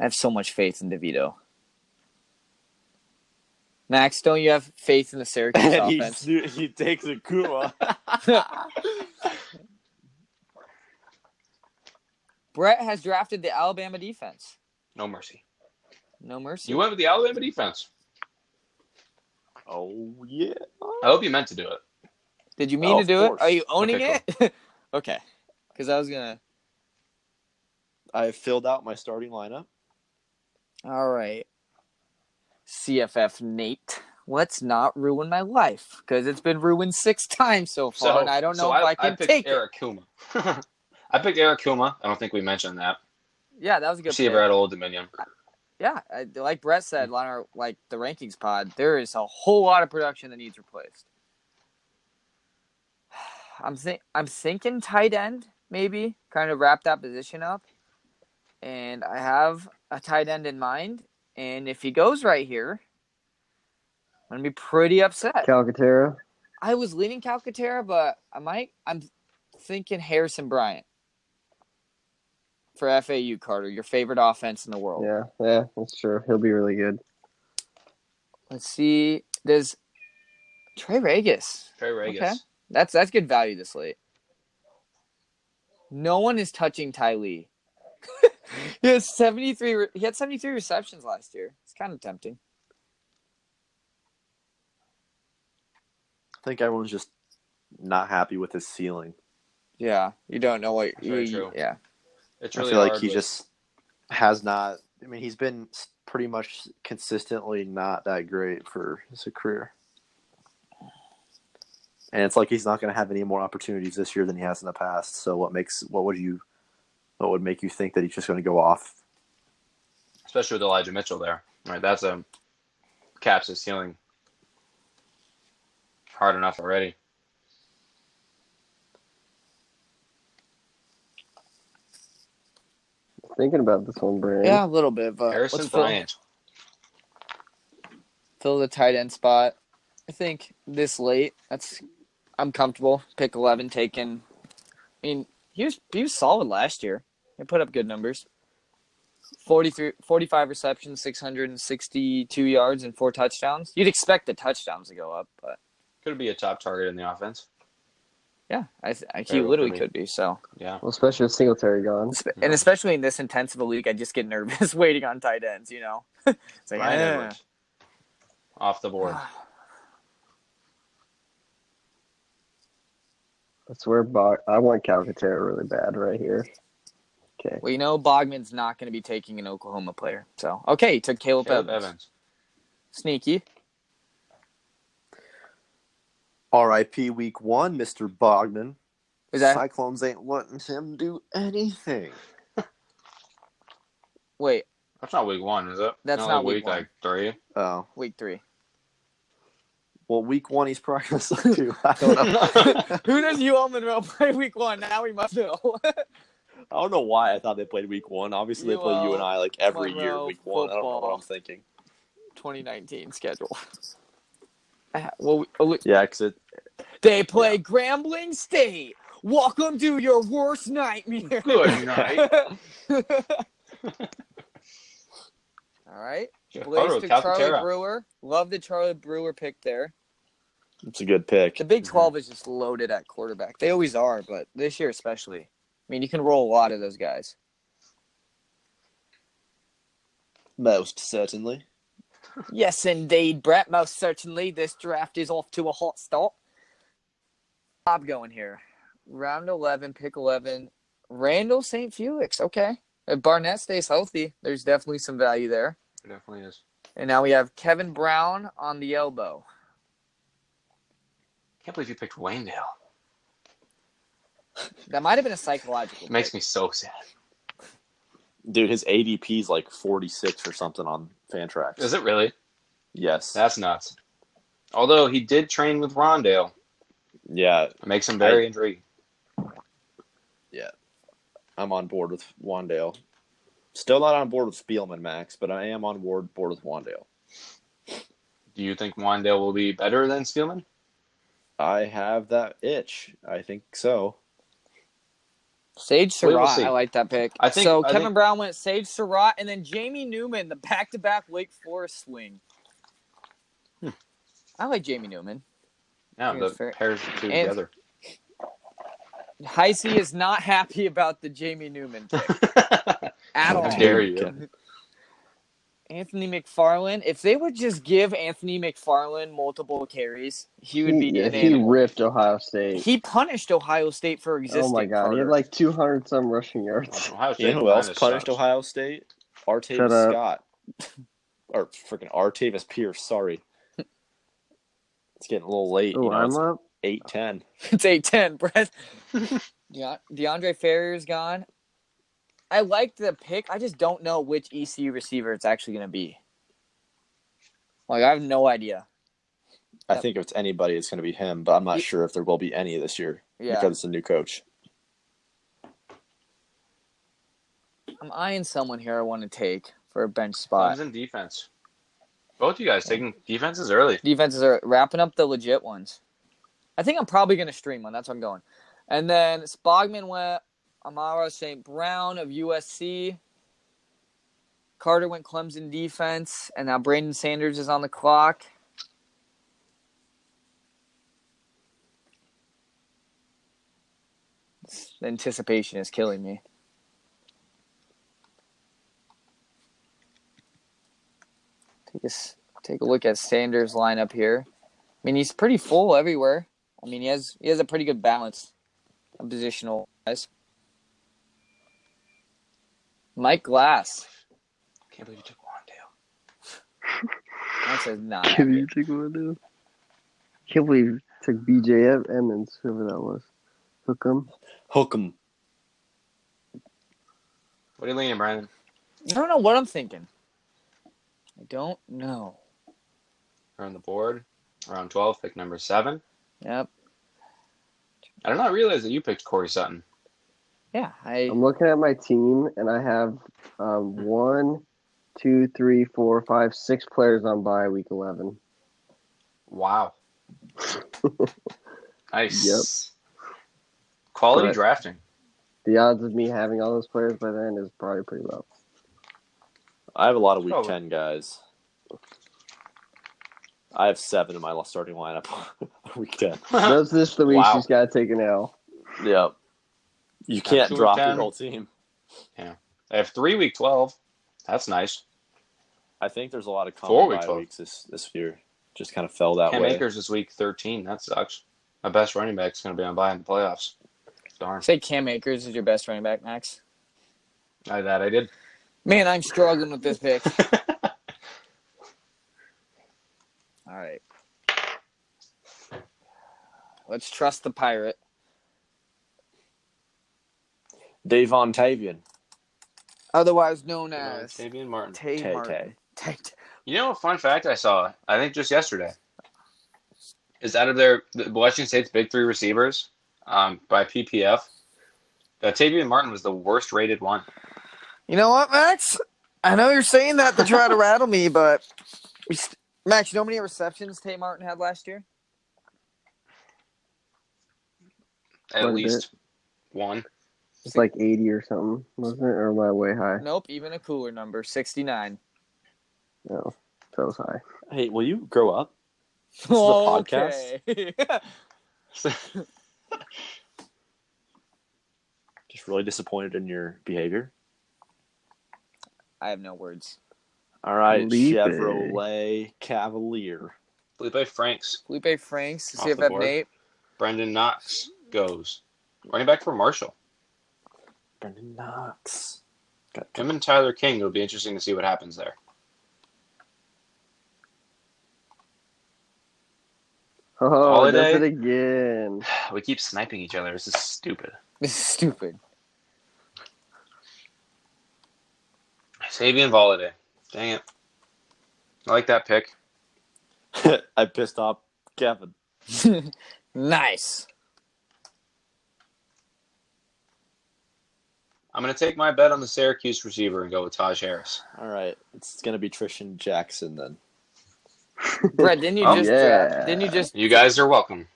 I have so much faith in DeVito. Max, don't you have faith in the Syracuse
And he,
offense?
sno- he takes a Kuma.
Brett has drafted the Alabama defense.
no mercy.
No mercy.
You went with the Alabama defense.
oh yeah.
I hope you meant to do it.
Did you mean to
Oh, of
do
course.
it? Are you owning
Okay,
it? okay. Because I was gonna.
I filled out my starting lineup.
All right. CFF Nate, let's not ruin my life because it's been ruined six times so
So
far, and I don't know
so
if I, can
picked
take
Eric Kuma. I picked Eric Kuma. I don't think we mentioned that.
it. Yeah, that was a good.
Receiver
pick.
at Old Dominion.
Yeah, I, like Brett said, on our like the rankings pod, there is a whole lot of production that needs replaced. I'm think I'm thinking tight end maybe, kind of wrap that position up, and I have a tight end in mind. And if he goes right here, I'm gonna be pretty upset.
Calcaterra.
I was leaning Calcaterra, but I might. I'm thinking Harrison Bryant for FAU Carter, your favorite offense in the world.
Yeah, yeah, that's true. He'll be really good.
Let's see. There's Trey Regis.
Trey Regis.
Okay. That's that's good value this late. No one is touching Ty Lee. he has 73 re- he had 73 receptions last year. It's kind of tempting.
I think everyone's just not happy with his ceiling.
Yeah, you don't know what
That's very
you-
true.
yeah.
It's really
I feel like
hard
he
with-
just has not. I mean, he's been s- pretty much consistently not that great for his career, and it's like he's not going to have any more opportunities this year than he has in the past. So, what makes what would you what would make you think that he's just going to go off?
especially with Elijah Mitchell there. Right, that's a caps his ceiling hard enough already.
thinking about this one, Brandon.
Yeah, a little bit, but
Harrison
Uh, let's fill-
Bryant.
fill the tight end spot. I think this late, that's I'm comfortable. Pick eleven taken. I mean, he was he was solid last year. He put up good numbers. 43, 45 receptions, six hundred and sixty-two yards, and four touchdowns. You'd expect the touchdowns to go up, but
Could be a top target in the offense.
yeah, I, th- I he
Very well
literally
could
could
be.
be. So,
Yeah.
Well, especially with Singletary gone.
Espe- and especially in this intense of a league, I just get nervous waiting on tight ends. You know, it's like,
Brian
eh.
Edwards. Off the board.
Ah,
That's where Bog- I want Calcaterra really bad right here. Okay.
Well, you know, Bogman's not going to be taking an Oklahoma player. So, okay, he took Caleb,
Caleb
Evans.
Evans.
Sneaky.
R.I.P. Week One, Mister Bogman.
Is that
Cyclones ain't letting him do anything.
wait
That's not week one, is it?
That's
No,
not
like
week
week
one.
like three.
Oh
week three?
well, Week One he's probably gonna suck too. I don't know.
Who does UL Monroe play week one? Now we must know.
I don't know why I thought they played Week One. Obviously, they play you and I like every year
Monroe
Week One. I don't know what
football.
I'm thinking.
2019 schedule. Ah, Well, we- oh, look.
Yeah, because it
they play Grambling State. Welcome to your worst nightmare.
Good night.
All right.
Photo
Blaze
of
to Charlie
Calcaterra.
Brewer. Love the Charlie Brewer pick there.
it's a good pick.
The
Mm-hmm.
Big 12 is just loaded at quarterback. They always are, but this year especially. I mean, you can roll a lot of those guys.
Most certainly.
Yes, indeed, Brett. Most certainly, this draft is off to a hot start. Bob going here. Round 11, pick 11. Randall St. Felix. Okay. If Barnett stays healthy, there's definitely some value there.
It definitely is.
And now we have Kevin Brown on the elbow.
Can't believe you picked Wayne Dale.
That might have been a psychological.
It makes me so sad.
Dude, his ADP is like 46 or something on Fantrax.
Is it really?
Yes.
That's nuts. Although he did train with Rondale.
yeah,
It makes him very intrigued.
I'm on board with Wandale. Still not on board with Spielman, Max, but I am on board board with Wandale.
Do you think Wandale will be better than Spielman?
I have that itch. I think so.
Sage
We will
Surratt.
see.
I like that pick.
I think-
so
I
Kevin
think-
Brown went Sage Surratt and then Jamie Newman, the back to back Wake Forest swing.
Hmm.
I like Jamie Newman.
No,
Yeah,
the
fair.
pairs the two
And-
together.
Heisey is not happy about the Jamie Newman pick at
How
all.
dare you?
Kevin.
Anthony McFarland, if they would just give Anthony McFarland multiple carries, he would be
He, yeah,
an
he
animal.
ripped Ohio State.
He punished Ohio State for existing.
oh my god, he
Carter.
had like 200 some rushing yards.
Ohio State
You know who
line
else
is
punished
sucks.
Ohio State?
Shut
Artavis
up.
Scott. or freaking Artavis Pierce, sorry. It's getting a little late.
Oh,
you know,
I'm
it's
up.
8-10.
it's eight ten, Brett. De- DeAndre Ferrier's gone. I like the pick. I just don't know which ECU receiver it's actually going to be. Like I have no idea.
I
Yep.
think if it's anybody, it's going to be him, but I'm not
Ye-
sure if there will be any this year
Yeah,
because it's a new coach.
I'm eyeing someone here I want to take for a bench spot.
Clemson defense. Both you guys taking defenses early.
defenses are wrapping up the legit ones. I think I'm probably going to stream one. That's where I'm going. And then Spogman went Amara St. Brown of USC. Carter went Clemson defense. And now Brandon Sanders is on the clock. The anticipation is killing me. Take a, s- take a look at Sanders' lineup here. I mean, he's pretty full everywhere. I mean, he has he has a pretty good balance, of positional wise. Mike Glass.
Can't believe you took Wandale.
That says not.
Can't believe you took one, dude. Can't believe you took BJ Emmons, whoever that was. Hook him.
Hook 'em.
What are you leaning, Brandon?
I don't know what I'm thinking. I don't know.
We're on the board. Round twelve, pick number seven.
Yep.
I did not realize that you picked Corey Sutton.
Yeah, I
I'm looking at my team, and I have um, one, two, three, four, five, six players on bye week 11.
Wow. nice. Quality
Correct.
drafting.
The odds of me having all those players by then is probably pretty low.
I have a lot of week
Probably.
ten guys. I have seven in my starting lineup on week ten.
Those this is the week
Wow.
she's got to take an L.
Yeah, you can't
Two week
drop your
10.
whole team.
I have three week twelve. That's nice.
I think there's a lot of
Four
common
week
bye
twelve.
weeks this this year. Just kind of fell that
Cam
way.
Akers is week thirteen. That sucks. My best running back's gonna be on bye in the playoffs. Darn.
say Cam Akers is your best running back, Max.
I, that I did.
Man, I'm struggling with this pick. All right. Let's trust the pirate.
Dave Tavian.
Otherwise known
Uh,
as
Tavian Martin.
Tay
Tay
Martin. Tay-
You know, a fun fact I saw, I think just yesterday, is out of their the Washington State's big three receivers um, by PPF, uh, Tavian Martin was the worst rated one.
You know what, Max? I know you're saying that to try to rattle me, but we st- Max, you know how many receptions Tay Martin had last year?
At
Quite a
least one.
It's like 80 or something, wasn't it? Or am I way high?
Nope, even a cooler number, 69.
No, that was high.
Hey, will you grow up?
This
is a podcast?
podcast.
Just really disappointed in your behavior.
I have no words.
All right,
Felipe.
Chevrolet Cavalier.
Felipe Franks,
Felipe Franks,
Off the
CFF
board.
Nate.
Brendan Knox goes. Running back for Marshall.
Brendan Knox. Got
Him and Tyler King, it'll be interesting to see what happens there.
Oh,
Holiday?
does it again.
We keep sniping each other. This is stupid.
This is stupid.
Sabian Voliday. Dang it. I like that pick.
I pissed off Kevin.
nice.
I'm going to take my bet on the Syracuse receiver and go with Taj Harris.
All right, it's gonna be Trishan Jackson then.
Brett, didn't you
Oh,
just
yeah.
draft- didn't you just
You guys are welcome.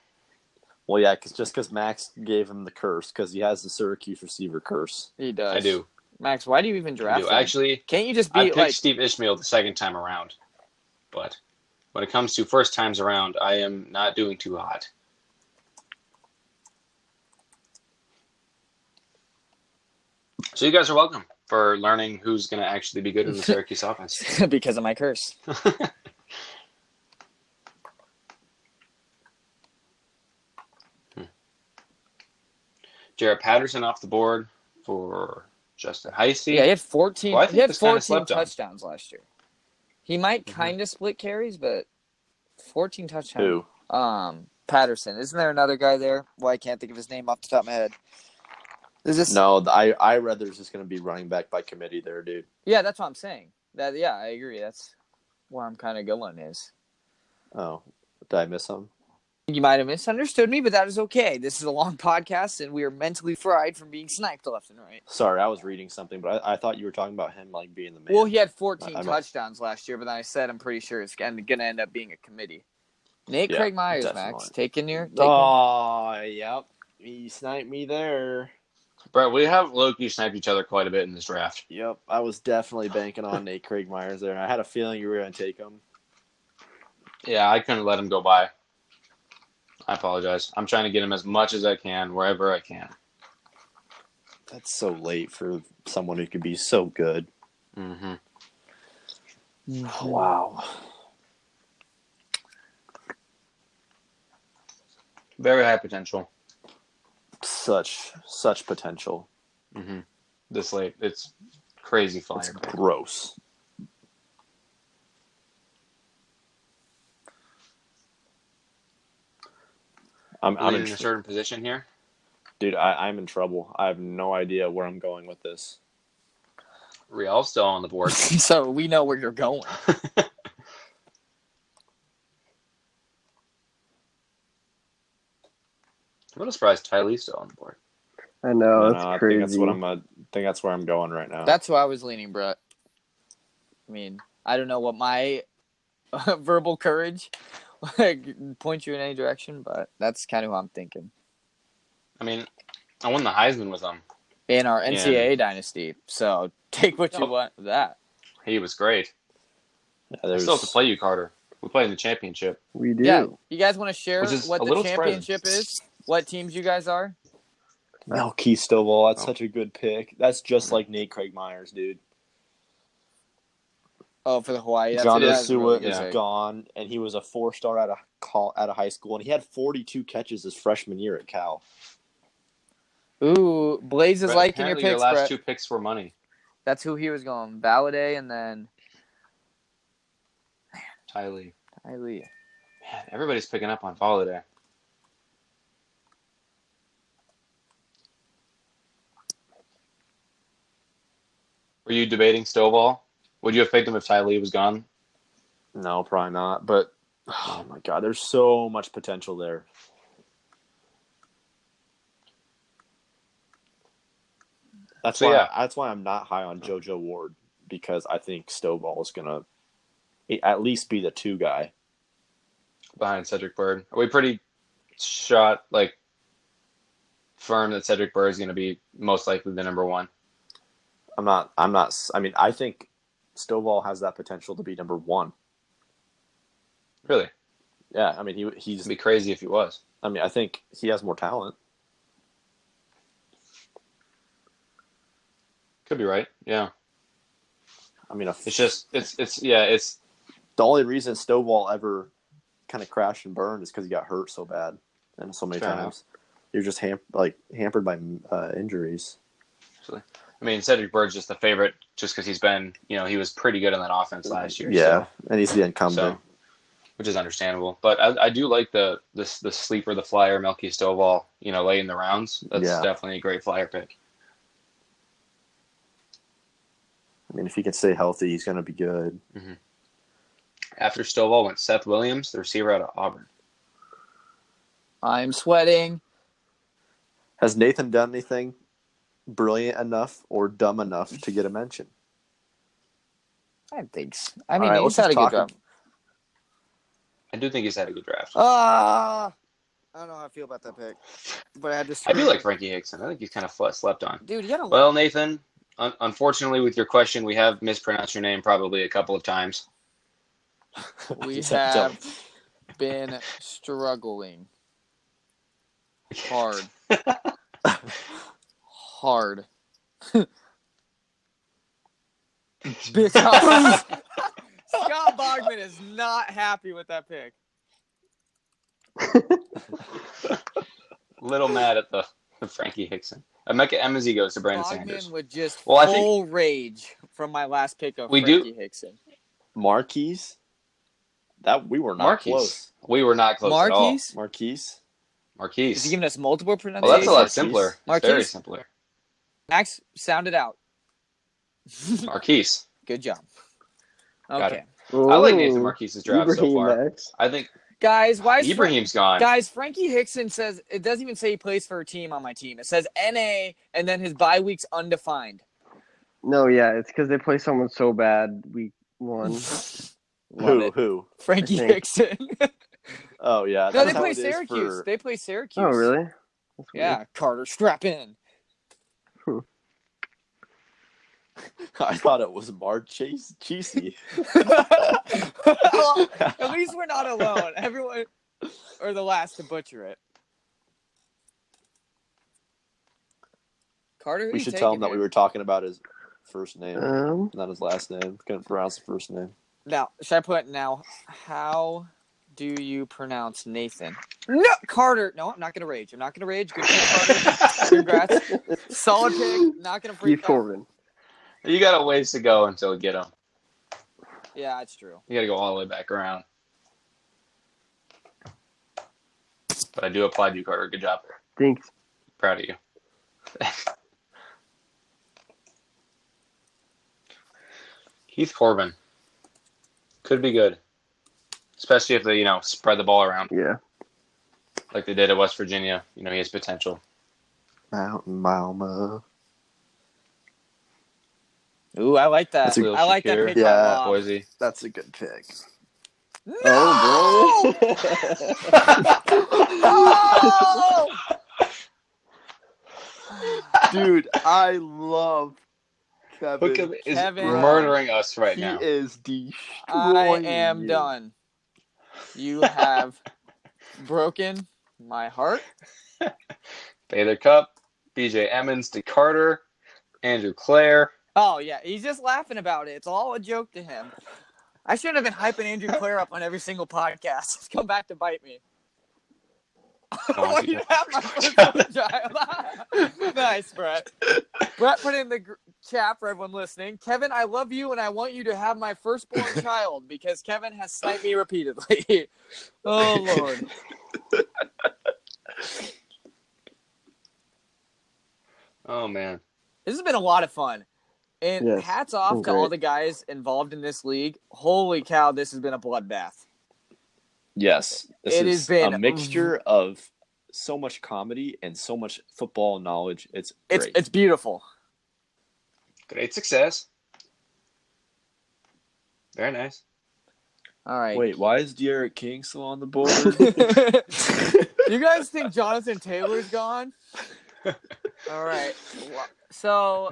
Well, yeah, 'cause- just because Max gave him the curse, because he has the Syracuse receiver curse.
he does.
I do.
Max, why do you even
I
draft?
do.
him?
Actually,
Can't you just
I
be
picked
like
Steve Ishmael the second time around, but when it comes to first times around, I am not doing too hot. So you guys are welcome for learning who's going to actually be good in the Syracuse offense.
because of my curse?
Jared Patterson off the board for Justin Heisey.
Yeah, he had 14.
Well, I
he
think
had
this kinda
14
slept on.
touchdowns last year. He might
Mhm.
kind of split carries, but 14 touchdowns.
Who?
Um, Patterson. Isn't there another guy there? Well, I can't think of his name off the top of my head. Is this?
No, I I read there's just gonna be running back by committee there, dude.
Yeah, that's what I'm saying. That yeah, I agree. That's where I'm kind of going is.
Oh, did I miss him?
You might have misunderstood me, but that is okay. This is a long podcast, and we are mentally fried from being sniped left and right.
Sorry, I was reading something, but I, I thought you were talking about him like being the man.
Well, he had 14
I- I'm a-
touchdowns last year, but then I said I'm pretty sure it's going to end up being a committee. Nate
Yeah,
Craig Myers, Max,
definitely.
taking your. Taking
Oh, yep. He sniped me there.
Brett, we have Loki sniped each other quite a bit in this draft.
Yep, I was definitely banking on Nate Craig Myers there. I had a feeling you were going to take him.
Yeah, I couldn't let him go by. I apologize. I'm trying to get him as much as I can wherever I can.
That's so late for someone who could be so good.
Mm-hmm.
Wow.
Very high potential.
Such such potential.
Mm-hmm. This late, it's crazy fire.
It's gross. I'm,
I'm
I'm
in
in
a
tr-
certain position here.
dude. I, I'm in trouble. I have no idea where I'm going with this.
Real's still on the board.
so we know where you're going.
What a surprise! Tylee's still on the board.
I know
No,
Oh, that's
I
crazy.
think that's what I'm. uh, think that's where I'm going right now.
That's who I was leaning, Brett. I mean, I don't know what my verbal courage like points you in any direction, but that's kind of who I'm thinking.
I mean, I won the Heisman with him.
In our NCAA dynasty, so take what you
Oh.
want. with That
He was great.
Yeah,
I
there's-
still have to play you, Carter. We played in the championship.
we do.
yeah. You guys want to share
Which is
what
a
the
little
championship is? What teams you guys are?
No, Keystone Bowl. That's
Oh.
such a good pick. That's just like Nate Craig Myers, dude.
Oh, for the Hawaii. That's
John
a- that's a
Sua
really good
is
pick.
gone, and he was a four-star out of call out of high school, and he had 42 catches his freshman year at Cal.
Ooh, Blaze is
Brett,
liking your
apparently
picks,
your last
Brett.
two picks were money.
That's who he was going. Valade and then
Ty Lee.
Tylee.
Man, everybody's picking up on Holiday. Were you debating Stovall? Would you have picked him if Ty Lee was gone?
No, probably not. But oh my god, there's so much potential there. That's
So,
why.
yeah.
That's why I'm not high on JoJo Ward because I think Stovall is gonna at least be the two guy.
behind Cedric Bird. Are we pretty shot like firm that Cedric Bird is going to be most likely the number one?
I'm not. I'm not. s- I mean, I think Stovall has that potential to be number one.
Really,
Yeah, I mean, he he's.
it'd be crazy if he was.
I mean, I think he has more talent.
Could be right. Yeah,
I mean, if,
it's just it's it's yeah it's
the only reason Stovall ever kind of crashed and burned is because he got hurt so bad and so many
Fair
times. You're just ham- like hampered by uh, injuries.
I mean Cedric Bird's just the favorite just because he's been you know he was pretty good in that offense last year.
yeah,
so-
and he's the
so,
incumbent.
which is understandable. But I, I do like the the the sleeper, the flyer, Melky Stovall. You know, late in the rounds, that's
Yeah.
definitely a great flyer pick.
I mean, if he can stay healthy, he's going to be good.
After Stovall went Seth Williams, the receiver out of Auburn.
I'm sweating.
Has Nathan done anything brilliant enough or dumb enough to get a mention?
I think. So. I mean,
All right,
he's
let's
had a
just
good
talk
job.
I do think he's had a good draft.
Ah, I don't know how I feel about that pick, but I had to.
I do like Frankie Hickson. I think he's kind of fl- slept on.
Dude, you had a
Well, Nathan, un- unfortunately, with your question, we have mispronounced your name probably a couple of times.
We
Is that dumb?
been struggling hard, hard. Bitch, Scott Bogman is not happy with that pick.
Little mad at the, the Frankie Hickson. Emeka Emezi goes to Brandon
Bogman
Sanders.
would just
Well, I think-
full rage from my last pick of
We do-
Frankie Hickson.
Marquise? That we were not
Marquise.
close.
We were not close at all.
Marquise?
Marquise.
Is
Marquise.
he giving us multiple
well,
pronunciations?
that's a lot
Marquise.
simpler. It's
Marquise?
Very simpler.
Max, sound it out.
Marquise.
Good job.
Got
Okay.
I like Nathan
Ooh,
Marquise's draft so
Ibrahim
far.
Max.
I think
Guys, why is Fra-
Ibrahim's gone.
Guys, Frankie Hickson says it doesn't even say he plays for a team on my team. It says NA and then his bye week's undefined.
No, yeah, it's because they play someone so bad week one.
Love
who?
it.
Who?
Frankie
I think-
Hickson.
Oh yeah.
no,
that's
they
how
play
it is
Syracuse.
for-
They play Syracuse.
oh, really? That's weird.
Yeah, Carter, strap in.
I thought it was Mar Chase Cheesy.
Well, At least we're not alone. Everyone, or the last to butcher it. Carter, who
we
you
should tell
taking
him that we
here?
were talking about his first name,
Um,
not his last name. Couldn't pronounce the first name.
Now, should I put now? How do you pronounce Nathan? No, Carter. No, I'm not gonna rage. I'm not gonna rage. Good pick, Carter. Congrats. Solid pick. Not gonna freak
Keith
out.
Corbin.
you got a ways to go until you get him.
Yeah, it's true.
You got to go all the way back around. But I do applaud you, Carter. Good job.
Thanks.
Proud of you. Keith Corbin could be good, especially if they you know spread the ball around
Yeah.
like they did at West Virginia. You know he has potential.
Mountain Mama.
Ooh, I like that.
That's
I
a-
like that
Shakir.
pick
Yeah.
Uh,
a lot.
Boise.
That's a good pick.
No!
Oh, boy.
No!
Dude, I love Kevin.
Hookem is
Kevin.
murdering us right
he
now.
is
I
destroying
am
you.
done. You have broken my heart.
Baylor Cup, BJ Emmons, DeCarter, Andrew Clare.
Oh yeah, he's just laughing about it. It's all a joke to him. I should have been hyping Andrew Clare up on every single podcast. He's come back to bite me. Wait, you have my first apologize. nice, Brett. Brett put in the gr- chat for everyone listening. Kevin, I love you, and I want you to have my firstborn child because Kevin has sniped me repeatedly. oh Lord.
Oh man.
This has been a lot of fun. And
Yes,
hats off
been
to all
great.
the guys involved in this league. Holy cow, this has been a bloodbath.
Yes, this
It
is
has been-
a mixture of so much comedy and so much football knowledge. It's
It's
great.
it's beautiful.
Great success. Very nice.
All right.
Wait, why is Derek King still on the board?
you guys think Jonathan Taylor's gone? All right. Well, So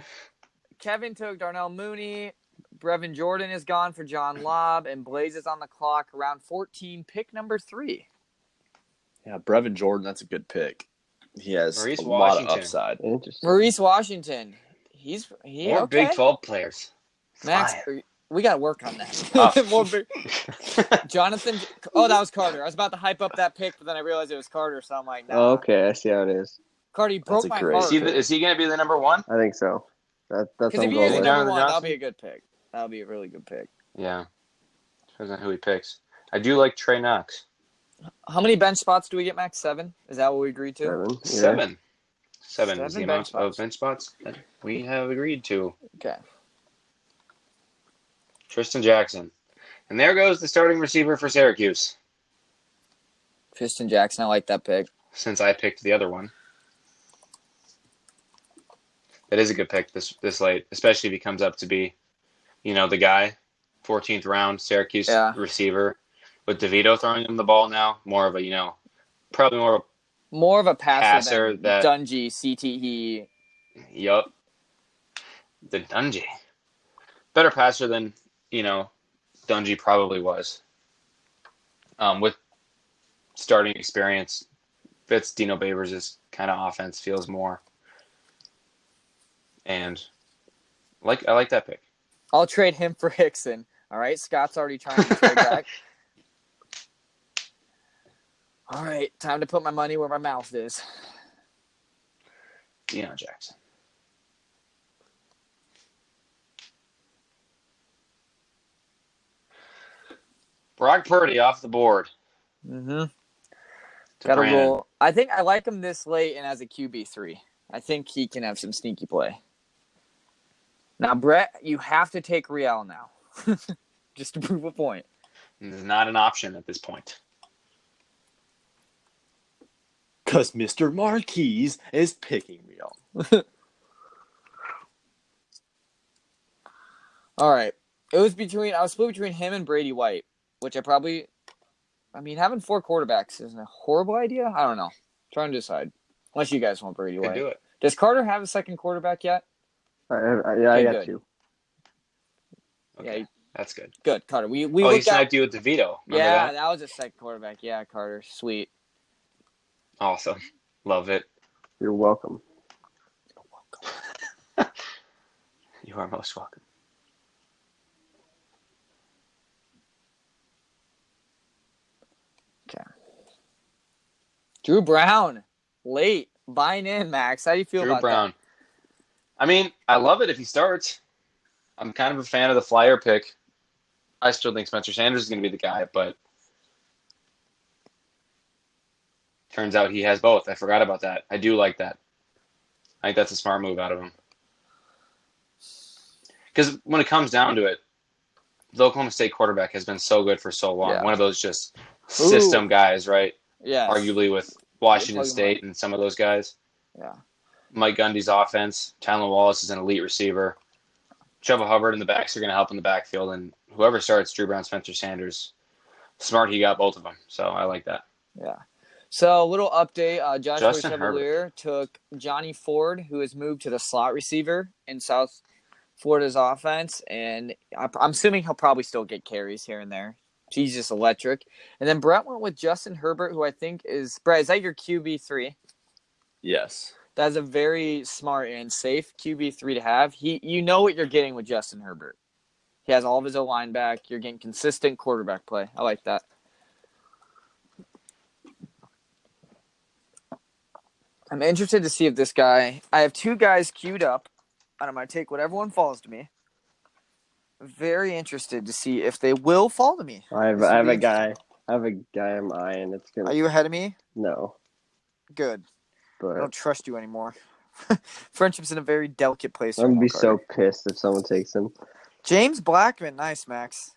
Kevin took Darnell Mooney. Brevin Jordan is gone for John Lobb, and Blaze is on the clock. Round 14, pick number three.
yeah, Brevin Jordan. That's a good pick. He has
Maurice
a lot
Washington.
of upside.
Interesting.
Maurice Washington. He's he,
More
okay.
Big Twelve players.
Max,
Fire.
we- we got to work on that.
Oh.
More big. Jonathan. Oh, that was Carter. I was about to hype up that pick, but then I realized it was Carter, so I'm like, nah.
Oh, okay, I see how it is.
Carter, you
That's
broke
a
my
great
heart.
Is he, the, is he going to be the number one?
I think so. That, that's
Because
what
if
I'm
he is
going
the
with.
number
Jonathan
one, that'll
Johnson?
be a good pick. That'll be a really good pick.
Yeah. Depends on who he picks. I do like Trey Knox.
How many bench spots do we get, Max? Seven? Is that what we agreed to?
Seven. yeah.
Seven. Seven, is the
Seven
amount
bench
of
spots.
bench spots that we have agreed to.
Okay.
Tristan Jackson. And there goes the starting receiver for Syracuse,
Tristan Jackson, I like that pick.
since I picked the other one. That is a good pick this this late, especially if he comes up to be, you know, the guy, 14th round Syracuse
Yeah.
receiver, with DeVito throwing him the ball now, more of a you know, probably more of
More of a passer,
Passer
than
that-
Dungy, E. CTE.
a yup, the Dungy, better passer than you know, Dungy probably was, um, with starting experience. Fits Dino Babers' kind of offense feels more, and like I like that pick.
I'll trade him for Hickson. All right, Scott's already trying to trade back. All right, time to put my money where my mouth is.
Deion Jackson. Brock Purdy off the board.
Mm-hmm.
To
Got to
Brandon.
roll. I think I like him this late and as a QB three. I think he can have some sneaky play. Now, Brett, you have to take Real now, just to prove a point.
There's not an option at this point.
Because Mr. Marquise is picking real.
All right. It was between I was split between him and Brady White, which I probably I mean having four quarterbacks isn't a horrible idea. I don't know. trying to decide. Unless you guys want Brady
You could
White.
do it.
Does Carter have a second quarterback yet?
I, I, yeah, I
Okay,
got
good.
two.
Okay,
Yeah,
that's good.
good. Carter. We we
oh, he
looked at
sniped you with DeVito. Remember
Yeah,
that?
that? was a second quarterback. Yeah, Carter. Sweet.
Awesome. Love it.
You're welcome.
You are most welcome.
Drew Brown. Late. Buying in, Max. How do you feel
Drew
about
Brown. I mean, I love it if he starts. I'm kind of a fan of the flyer pick. I still think Spencer Sanders is going to be the guy, but turns out he has both. I forgot about that. I do like that. I think that's a smart move out of him. Because when it comes down to it, the Oklahoma State quarterback has been so good for so long.
Yeah.
One of those just system guys, right?
that? Yeah.
Arguably with
Plug him
Washington
up.
State and some of those guys.
Yeah.
Mike Gundy's offense. Tylen Wallace is an elite receiver. Trevor Hubbard and the backs are going to help in the backfield, and whoever starts, Drew Brown, Spencer Sanders, smart he got both of them. So I like that.
So, a little update. Uh, Joshua
Justin Herbert.
Chevalier took Johnny Ford, who has moved to the slot receiver in South Florida's offense, and I- I'm assuming he'll probably still get carries here and there. He's just electric. And then Brett went with Justin Herbert, who I think is Brett. Is that your QB three?
Yes.
That's a very smart and safe QB three to have. He, you know what you're getting with Justin Herbert. He has all of his O line back. You're getting consistent quarterback play. I like that. I'm interested to see if this guy. I have two guys queued up, and I'm gonna take whatever one falls to me. Very interested to see if they will fall to me.
I have
This
I have
will
a
be
guy. I have a guy I'm eyeing. It's gonna
Are you ahead of me?
no,
Good. I
but
don't trust you anymore. Friendship's in a very delicate place.
I'm gonna be
right now, Carter.
so pissed if someone takes him.
James Blackman, nice Max.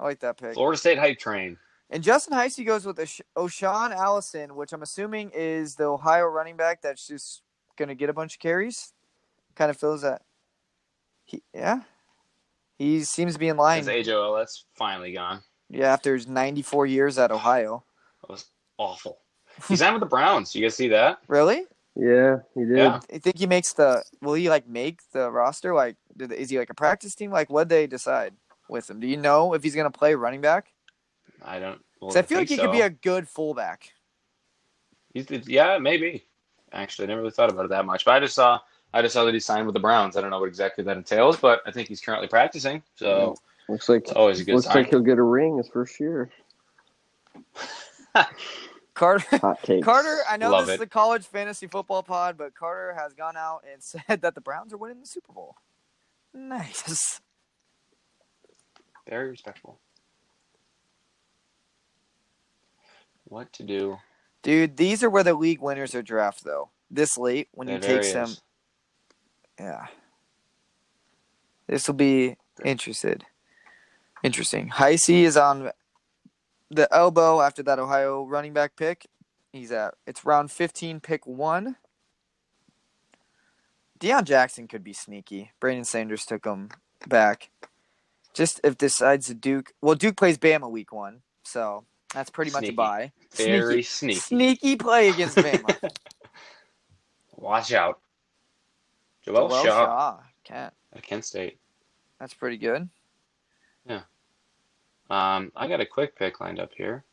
I like that pick.
Florida State hype train.
And Justin Heisey goes with Osh- O'Shawn Allison, which I'm assuming is the Ohio running back that's just going to get a bunch of carries. Kind of feels that. He, yeah. He seems to be in line.
Is AJO, oh, that's finally gone.
Yeah, after his 94 years at Ohio.
That was awful. He signed with the Browns. You guys see that?
Really?
Yeah, he did.
Yeah.
You think he makes the. Will he, like, make the roster? Like, did, is he, like, a practice team? Like, what'd they decide with him? Do you know if he's going to play running back?
I don't. Well,
'Cause I feel like he could be a good fullback.
He's, yeah, maybe. Actually, I never really thought about it that much. But I just saw, I just saw that he signed with the Browns. I don't know what exactly that entails, but I think he's currently practicing. So
Looks like
it's always a good
looks
sign.
like he'll get a ring his first year.
Carter.
Hot take.
Carter, I know
Love
this is
it.
the college fantasy football pod, but Carter has gone out and said that the Browns are winning the Super Bowl. Nice.
Very respectful. What to do?
Dude, these are where the league winners are drafted, though. This late, when you
There
take
he
some.
is.
Yeah. This will be interested. Interesting. Heisey
Hmm.
is on the elbow after that Ohio running back pick. He's at it's round fifteen, pick one. Deion Jackson could be sneaky. Brandon Sanders took him back. Just if decides to Duke well, Duke plays Bama week one, so that's pretty much a
Sneaky.
buy.
Very
Sneaky,
sneaky.
sneaky play against Bama.
Watch out. Joel,
well,
Shaw,
Shaw. Can't.
at Kent State.
That's pretty good.
Um, I got a quick pick lined up here.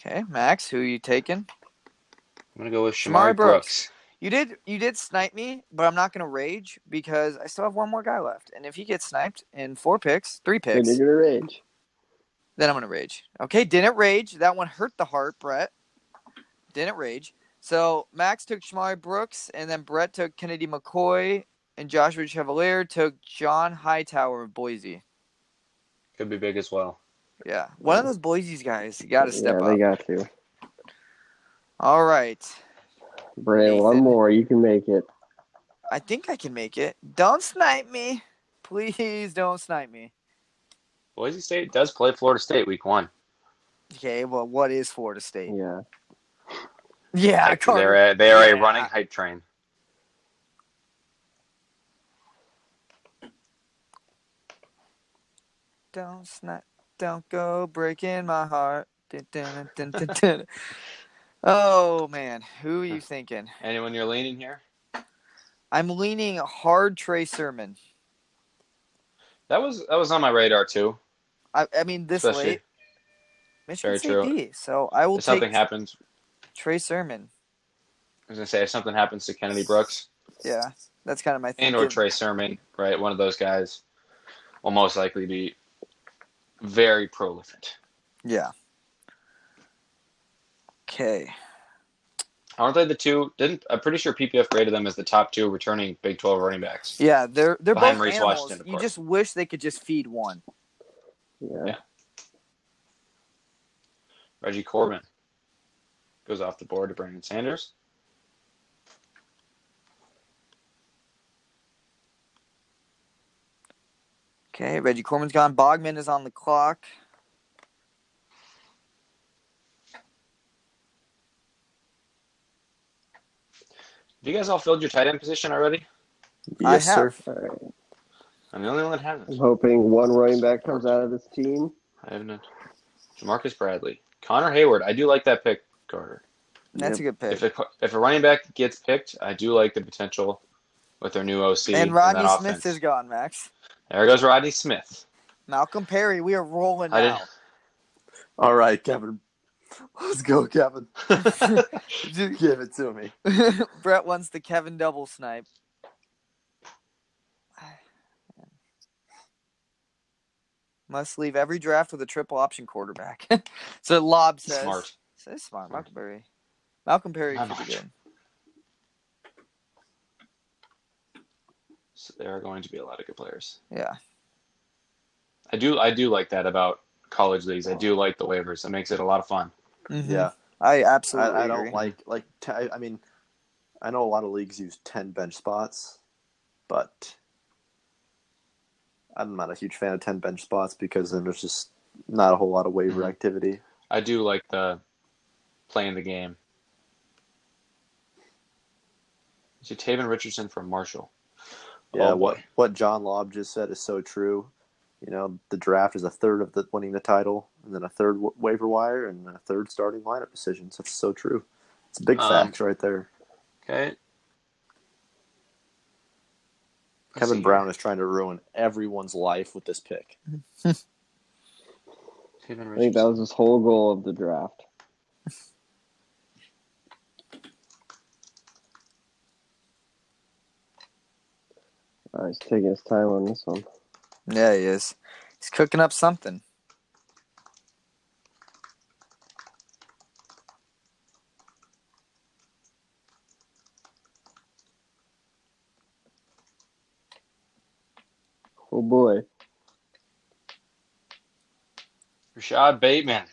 Okay, Max, who are you taking?
I'm gonna go with
Shamari Brooks.
Shamari, Brooks.
You did you did snipe me, but I'm not gonna rage because I still have one more guy left. And if he gets sniped in four picks, three
They're
picks,
gonna rage.
then I'm gonna rage. Okay, didn't rage. That one hurt the heart, Brett. Didn't rage. So Max took Shamari Brooks, and then Brett took Kennedy McCoy, and Joshua Chevalier took John Hightower of Boise.
Could be big as well.
Yeah, one of those Boise guys. You gotta step
yeah,
up.
they got to.
All right,
Brandon, one
Nathan.
more. You can make it.
I think I can make it. Don't snipe me, please. Don't snipe me.
Boise State does play Florida State week one.
Okay, well, what is Florida State?
Yeah.
Yeah,
Like,
Carter.
they're a, they are a
Yeah.
running hype train.
Don't snap. Don't go breaking my heart. Dun, dun, dun, dun, dun, dun. oh man, who are you thinking?
Anyone you're leaning here?
I'm leaning hard Trey Sermon.
That was that was on my radar too.
I, I mean, this
Especially
late, Michigan
very
State
true.
D. So I will
if something
take
happens,
Trey Sermon.
I was gonna say if something happens to Kennedy Brooks
Yeah, that's kind of my thing.
and or Trey Sermon, right? One of those guys will most likely be very prolific.
Yeah. Okay.
Aren't they the two? Didn't I'm pretty sure PPF graded them as the top two returning Big Twelve running backs.
Yeah, they're they're
Behind
both
Maurice
animals.
Washington, of
you
course.
just wish they could just feed one.
Yeah.
Reggie Corbin goes off the board to Brandon Sanders.
Okay, Reggie Corman's gone. Bogman is on the clock.
You guys all filled your tight end position already?
I have.
All right.
I'm the only one that
I'm
hasn't.
hoping one running back comes out of this team.
I haven't. Jamarcus Bradley, Connor Hayward. I do like that pick, Carter.
That's a good pick.
If a, if a running back gets picked, I do like the potential with their new OC
and
that
Rodney
offense.
Smith is gone, Max.
There goes Rodney Smith.
Malcolm Perry, we are rolling
I
now.
All right, Kevin. Let's go, Kevin.
didn't.
Just give it to me.
Brett wants the Kevin double snipe. Must leave every draft with a triple option quarterback. so Lob says.
Smart.
Says smart.
Smart.
Malcolm Perry. Malcolm Perry
Not
should be
much.
good.
So there are going to be a lot of good players.
Yeah.
I do. I do like that about college leagues. I do like the waivers. It makes it a lot of fun.
Mhm.
Yeah,
I
I,
absolutely.
I don't
agree.
like like. T- I I mean, I know a lot of leagues use ten bench spots, but I'm not a huge fan of ten bench spots because then there's just not a whole lot of waiver
Mhm.
activity.
I do like the playing the game. Is it Taven Richardson from Marshall?
Yeah,
Oh, boy.
what what John Lobb just said is so true. You know, the draft is a third of the winning the title, and then a third w- waiver wire, and a third starting lineup decisions. That's so true. It's big
Um,
facts right there.
Okay. Let's
Kevin
see.
Brown is trying to ruin everyone's life with this pick.
Taven
I think that
Richardson.
was his whole goal of the draft. Uh, he's taking his time on this one.
Yeah, he is. He's cooking up something.
Oh boy.
Rashad Bateman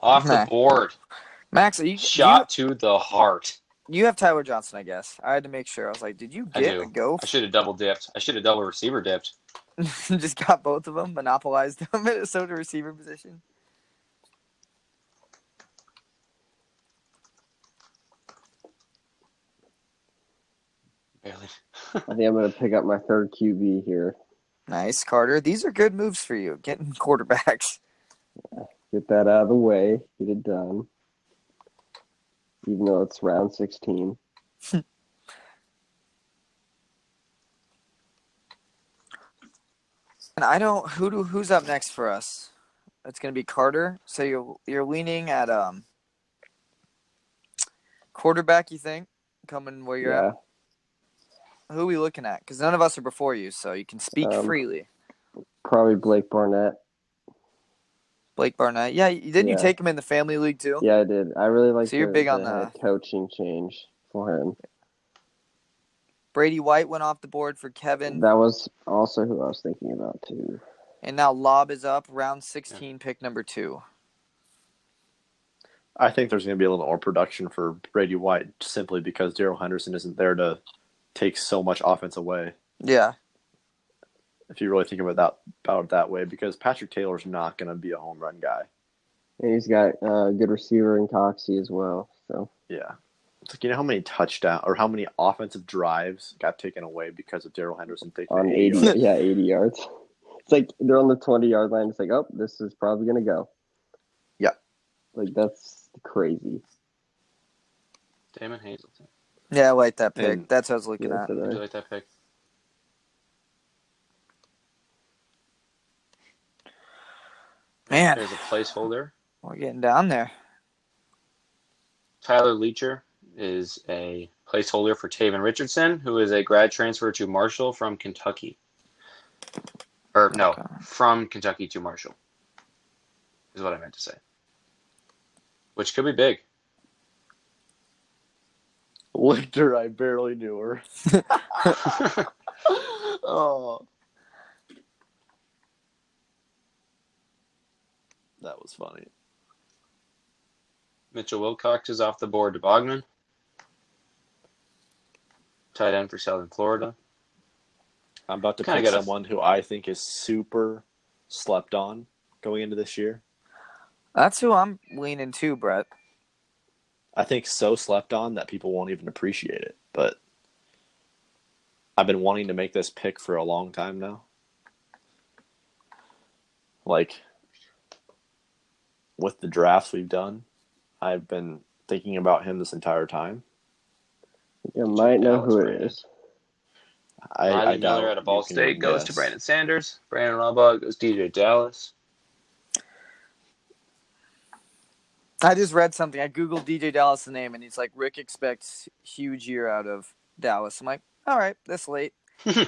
off the
Nah.
board.
Max, are you, you
Shot to the heart.
you have Tyler Johnson, I guess. I had to make sure. I was like, did you
I
get
do.
a go?
I should have double dipped. I should have double receiver dipped.
Just got both of them, monopolized the Minnesota receiver position.
Barely.
I think I'm going to pick up my third QB here.
Nice, Carter. These are good moves for you, getting quarterbacks.
Get that out of the way. Get it done. Even though it's round 16.
And I don't who do who's up next for us? It's gonna be Carter. So you're you're leaning at um quarterback, you think? Coming where you're
yeah.
at. Who are we looking at? Because none of us are before you, so you can speak
Um,
freely.
Probably Blake Barnett.
Blake Barnett. Yeah, you- didn't you
yeah.
take him in the family league too?
Yeah, I did. I really like
Oh. So you're
the,
big on
the head coaching change for him.
Brady White went off the board for Kevin,
That was also who I was thinking about, too.
and now Lob is up, round sixteen, pick number two.
I think there's going to be a little more production for Brady White simply because Daryl Henderson isn't there to take so much offense away.
Yeah.
If you really think about that about it that way, because Patrick Taylor's not going to be a home run guy.
And he's got a uh, good receiver in Coxie as well. So
Yeah, it's like you know how many touchdown or how many offensive drives got taken away because of Daryl Henderson taking
on
the
eighty,
yards.
yeah, eighty yards. It's like they're on the twenty yard line. It's like, oh, this is probably gonna go.
Yeah.
like that's crazy.
Damon Hazleton.
Yeah, I like that pick.
And-
That's what I was looking
Yeah,
at.
I do
today.
like that pick.
Man.
There's a placeholder.
We're getting down there.
Tyler Leacher is a placeholder for Taven Richardson, who is a grad transfer to Marshall from Kentucky. Or no,
Okay.
from Kentucky to Marshall. Is what I meant to say. Which could be big.
Licked her, I barely knew her. oh, that was funny.
Mitchell Wilcox is off the board to Bogman. Tight end for Southern Florida.
I'm about to
Kinda
pick
gotta-
someone who I think is super slept on going into this year.
That's who I'm leaning to, Brett.
I think so slept on that people won't even appreciate it. But I've been wanting to make this pick for a long time now. Like with the drafts we've done, I've been thinking about him this entire time.
You might know
Alex
who it
Brandon.
is.
I, I
Riley
doubt
Miller out of
you
Ball
can
State goes to
guess.
Brandon Sanders. Brandon Harbaugh goes to DJ Dallas.
I just read something. I googled DJ Dallas the name, and he's like, Rick expects huge year out of Dallas. I'm like, all right, that's late.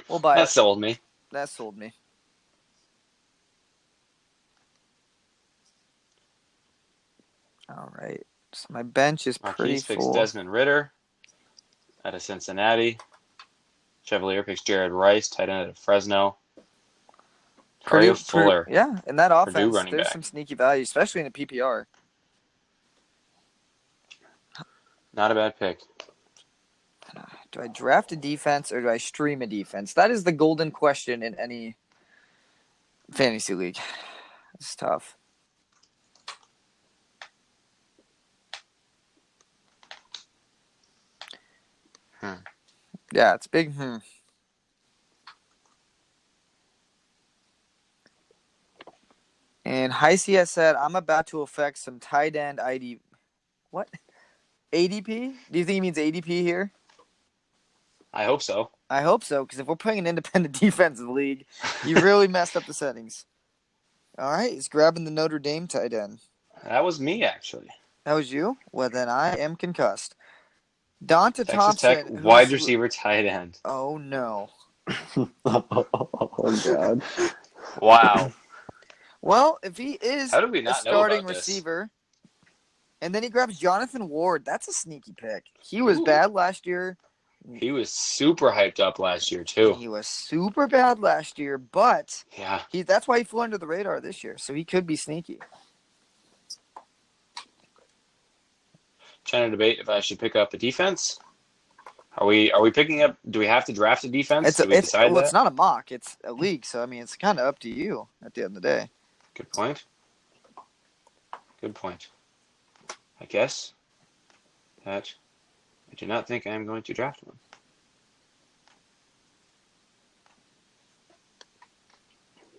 We'll buy
That
it.
sold me.
That sold me. All right. So my bench is pretty
Marquise picks
full.
Desmond Ritter out of Cincinnati. Chevalier picks Jared Rice, tight end out of Fresno. Mario Fuller.
yeah, and that offense,
running
there's
back.
some sneaky value, especially in a PPR.
Not a bad pick.
Do I draft a defense or do I stream a defense? That is the golden question in any fantasy league. It's tough.
Hmm.
Yeah, it's big. Hmm. And Heisey has said, I'm about to affect some tight end ID. What? ADP? Do you think he means ADP here?
I hope so.
I hope so, because if we're playing an independent defensive league, you really messed up the settings. All right, he's grabbing the Notre Dame tight end.
That was me, actually.
That was you? Well, then I am concussed. Donta
Texas
Thompson.
Tech,
who's-
wide receiver, tight end.
Oh, no.
Oh god.
Wow.
Well, if he is
How did we
a
not know
starting
about this?
receiver, and then he grabs Jonathan Ward, that's a sneaky pick. He was
Ooh.
bad last year.
He was super hyped up last year, too.
He was super bad last year, but
Yeah.
he that's why he flew under the radar this year. So he could be sneaky.
Trying to debate if I should pick up a defense. Are we are we picking up do we have to draft a defense?
It's
Did we
it's
decide
well,
that?
it's not a mock, it's a league. So I mean, it's kind of up to you at the end of the day.
Good point. Good point. I guess that I do not think I am going to draft one.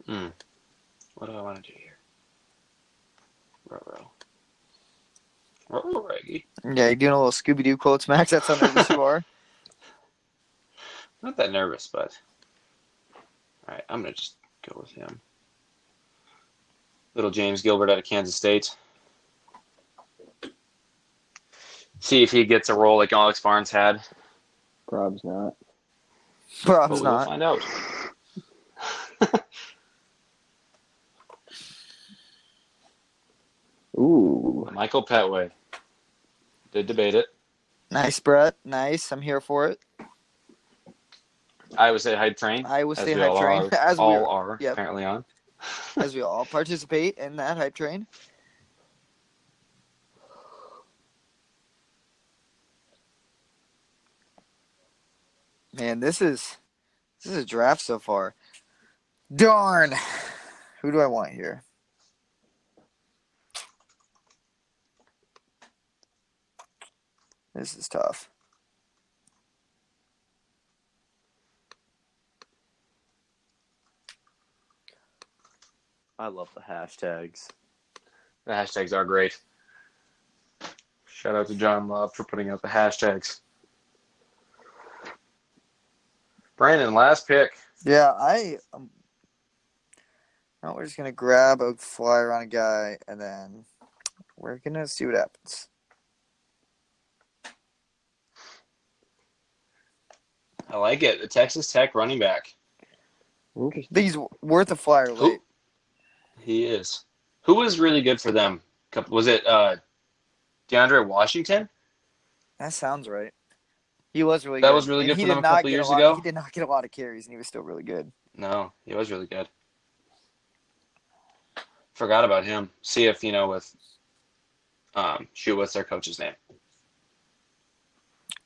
Hmm. What do I want to do here? Ruh-roh. Ruh-roh, Reggie.
Yeah, you're doing a little Scooby Doo quotes, Max. That's how nervous you are.
Not that nervous, but all right. I'm gonna just go with him. Little James Gilbert out of Kansas State. See if he gets a role like Alex Barnes had.
Rob's not.
Rob's
but we will
not.
find out.
Ooh.
Michael Petway did debate it.
Nice, Brett. Nice. I'm here for it.
Iowa State hype train.
Iowa
as
State
we
hype
all
train,
Are,
as we
all
are.
are
Yep.
apparently on.
As we all participate in that hype train. Man, this is this is a draft so far. Darn. Who do I want here? This is tough.
I love the hashtags.
The hashtags are great. Shout out to John Love for putting out the hashtags. Brandon, last pick.
Yeah, I. Um, no, we're just gonna grab a flyer on a guy, and then we're gonna see what happens.
I like it. The Texas Tech running back.
Interesting.
These worth a flyer late.
He is. Who was really good for them? Couple- Was it uh, DeAndre Washington?
That sounds right. He was really
That
good.
was really
And
good
he
for
did
them a
not
couple
get
years
lot-
ago.
He did not get a lot of carries, and he was still really good.
No, he was really good. Forgot about him. See if you know with um shoot, what's their coach's name?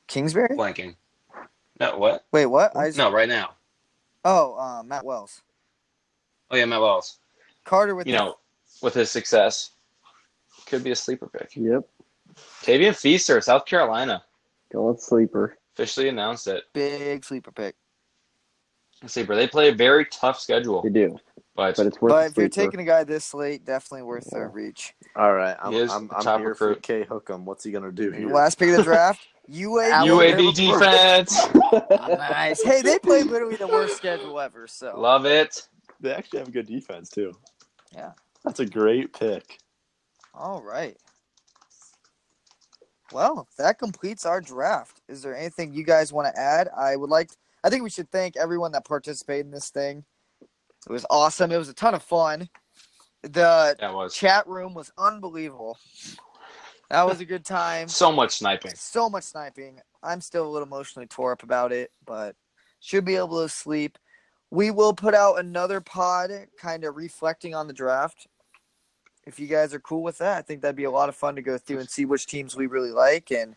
Kingsbury?
Blanking. No, what?
Wait, what? I
No, right now.
Oh, uh, Matt Wells.
Oh yeah, Matt Wells.
Carter with
you
the-
know, with his success, could be a sleeper pick.
Yep.
Tavian Feaster, South Carolina.
Going sleeper.
officially announced it.
Big sleeper pick.
Let's see, bro. They play a very tough schedule,
They do,
but
but it's worth.
but
the
if you're
sleeper.
taking a guy this late, definitely worth the reach.
All right, I'm,
He is
I'm,
a
I'm
top
here for
recruit.
K Hookum. What's he gonna do here?
Last pick of the draft, UAB.
UAB
Liverpool.
defense.
Nice. Hey, they play literally the worst schedule ever. So
Love it.
They actually have a good defense too.
Yeah.
that's a great pick.
all right. Well, that completes our draft. Is there anything you guys want to add? I would like. I think we should thank everyone that participated in this thing. It was awesome. It was a ton of fun. The
That was
chat room was unbelievable. That was a good time.
so much sniping.
So much sniping. I'm still a little emotionally tore up about it, but should be able to sleep. We will put out another pod, kind of reflecting on the draft. If you guys are cool with that, I think that'd be a lot of fun to go through and see which teams we really like and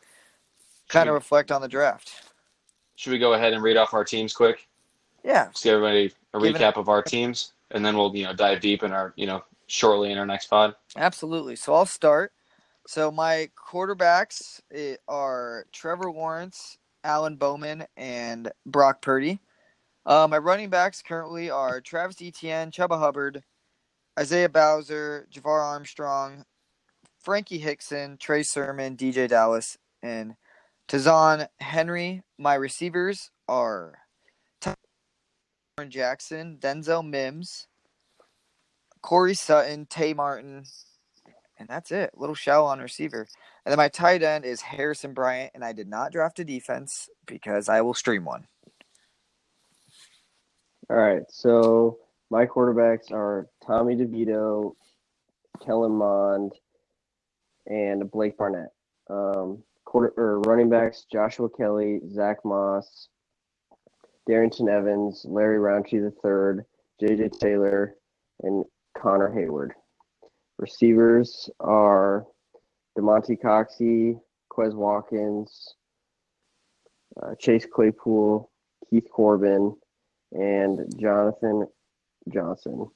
kind of reflect on the draft.
Should we go ahead and read off our teams quick?
Yeah.
Just give everybody a
Give it
recap of our teams, and then we'll you know dive deep in our you know shortly in our next pod.
Absolutely. So I'll start. So my quarterbacks eh, are Trevor Lawrence, Alan Bowman, and Brock Purdy. Uh, my running backs currently are Travis Etienne, Chuba Hubbard, Isaiah Bowser, Javar Armstrong, Frankie Hickson, Trey Sermon, DJ Dallas, and Tazan Henry. My receivers are Tyron Jackson, Denzel Mims, Corey Sutton, Tay Martin, and that's it. Little shallow on receiver. And then my tight end is Harrison Bryant, and I did not draft a defense because I will stream one.
All right, so my quarterbacks are Tommy DeVito, Kellen Mond, and Blake Barnett. Um, quarter or running backs: Joshua Kelly, Zach Moss, Darrington Evans, Larry Roundtree III, J.J. Taylor, and Connor Hayward. Receivers are Demonte Coxey, Quez Watkins, uh, Chase Claypool, Keith Corbin and Jonathan Johnson.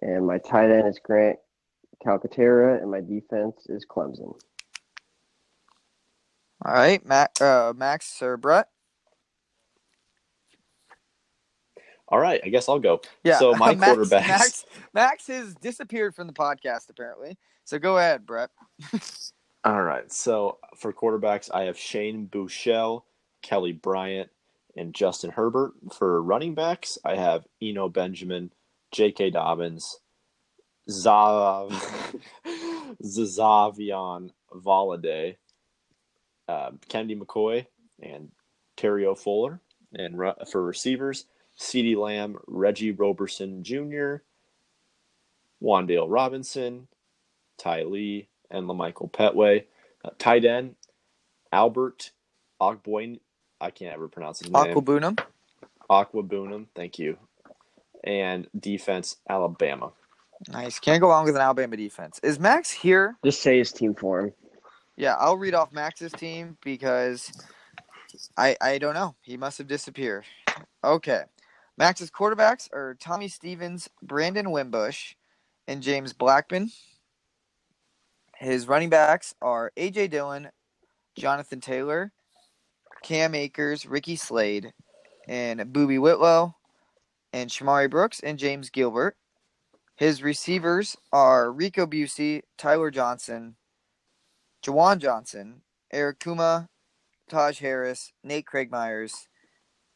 And my tight end is Grant Calcaterra, and my defense is Clemson.
All right, Mac, uh, Max or Brett?
All right, I guess I'll go.
Yeah.
So my
Max,
quarterbacks.
Max, Max has disappeared from the podcast apparently. So go ahead, Brett.
All right. So for quarterbacks, I have Shane Bouchel, Kelly Bryant, and Justin Herbert. For running backs, I have Eno Benjamin, J.K. Dobbins, Zav, Zazavion Valaday, uh, Kennedy McCoy, and Terrio Fuller. And ru- for receivers, CeeDee Lamb, Reggie Roberson Jr., Wandale Robinson, Ty Lee, and LaMichael Petway. Uh, tight end, Albert Ogboin. I can't ever pronounce his name.
Aquabunum.
Aquabunum. Thank you. And defense, Alabama.
Nice. Can't go wrong with an Alabama defense. Is Max here?
Just say his team for him.
Yeah, I'll read off Max's team because I I don't know. He must have disappeared. Okay. Max's quarterbacks are Tommy Stevens, Brandon Wimbush, and James Blackman. His running backs are AJ Dillon, Jonathan Taylor, Cam Akers, Ricky Slade, and Booby Whitlow, and Shamari Brooks and James Gilbert. His receivers are Rico Busey, Tyler Johnson, Jawan Johnson, Eric Kuma, Taj Harris, Nate Craig Myers,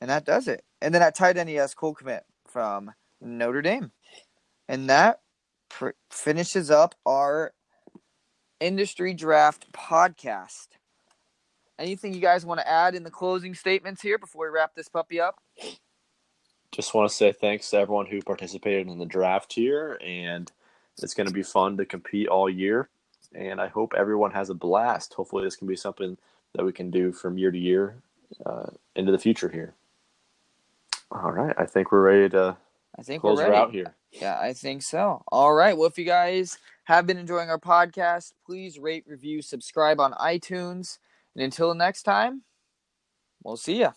and that does it. And then at tight end, he has Cole Komet from Notre Dame. And that pr- finishes up our industry draft podcast. Anything you guys want to add in the closing statements here before we wrap this puppy up?
just want to say thanks to everyone who participated in the draft here and it's going to be fun to compete all year and i hope everyone has a blast hopefully this can be something that we can do from year to year uh, into the future here
All right, I think we're ready to.
I think
close
we're
her
ready.
out here
Yeah, I think so. All right. Well, if you guys have been enjoying our podcast, please rate, review, subscribe on iTunes. And until next time, we'll see ya.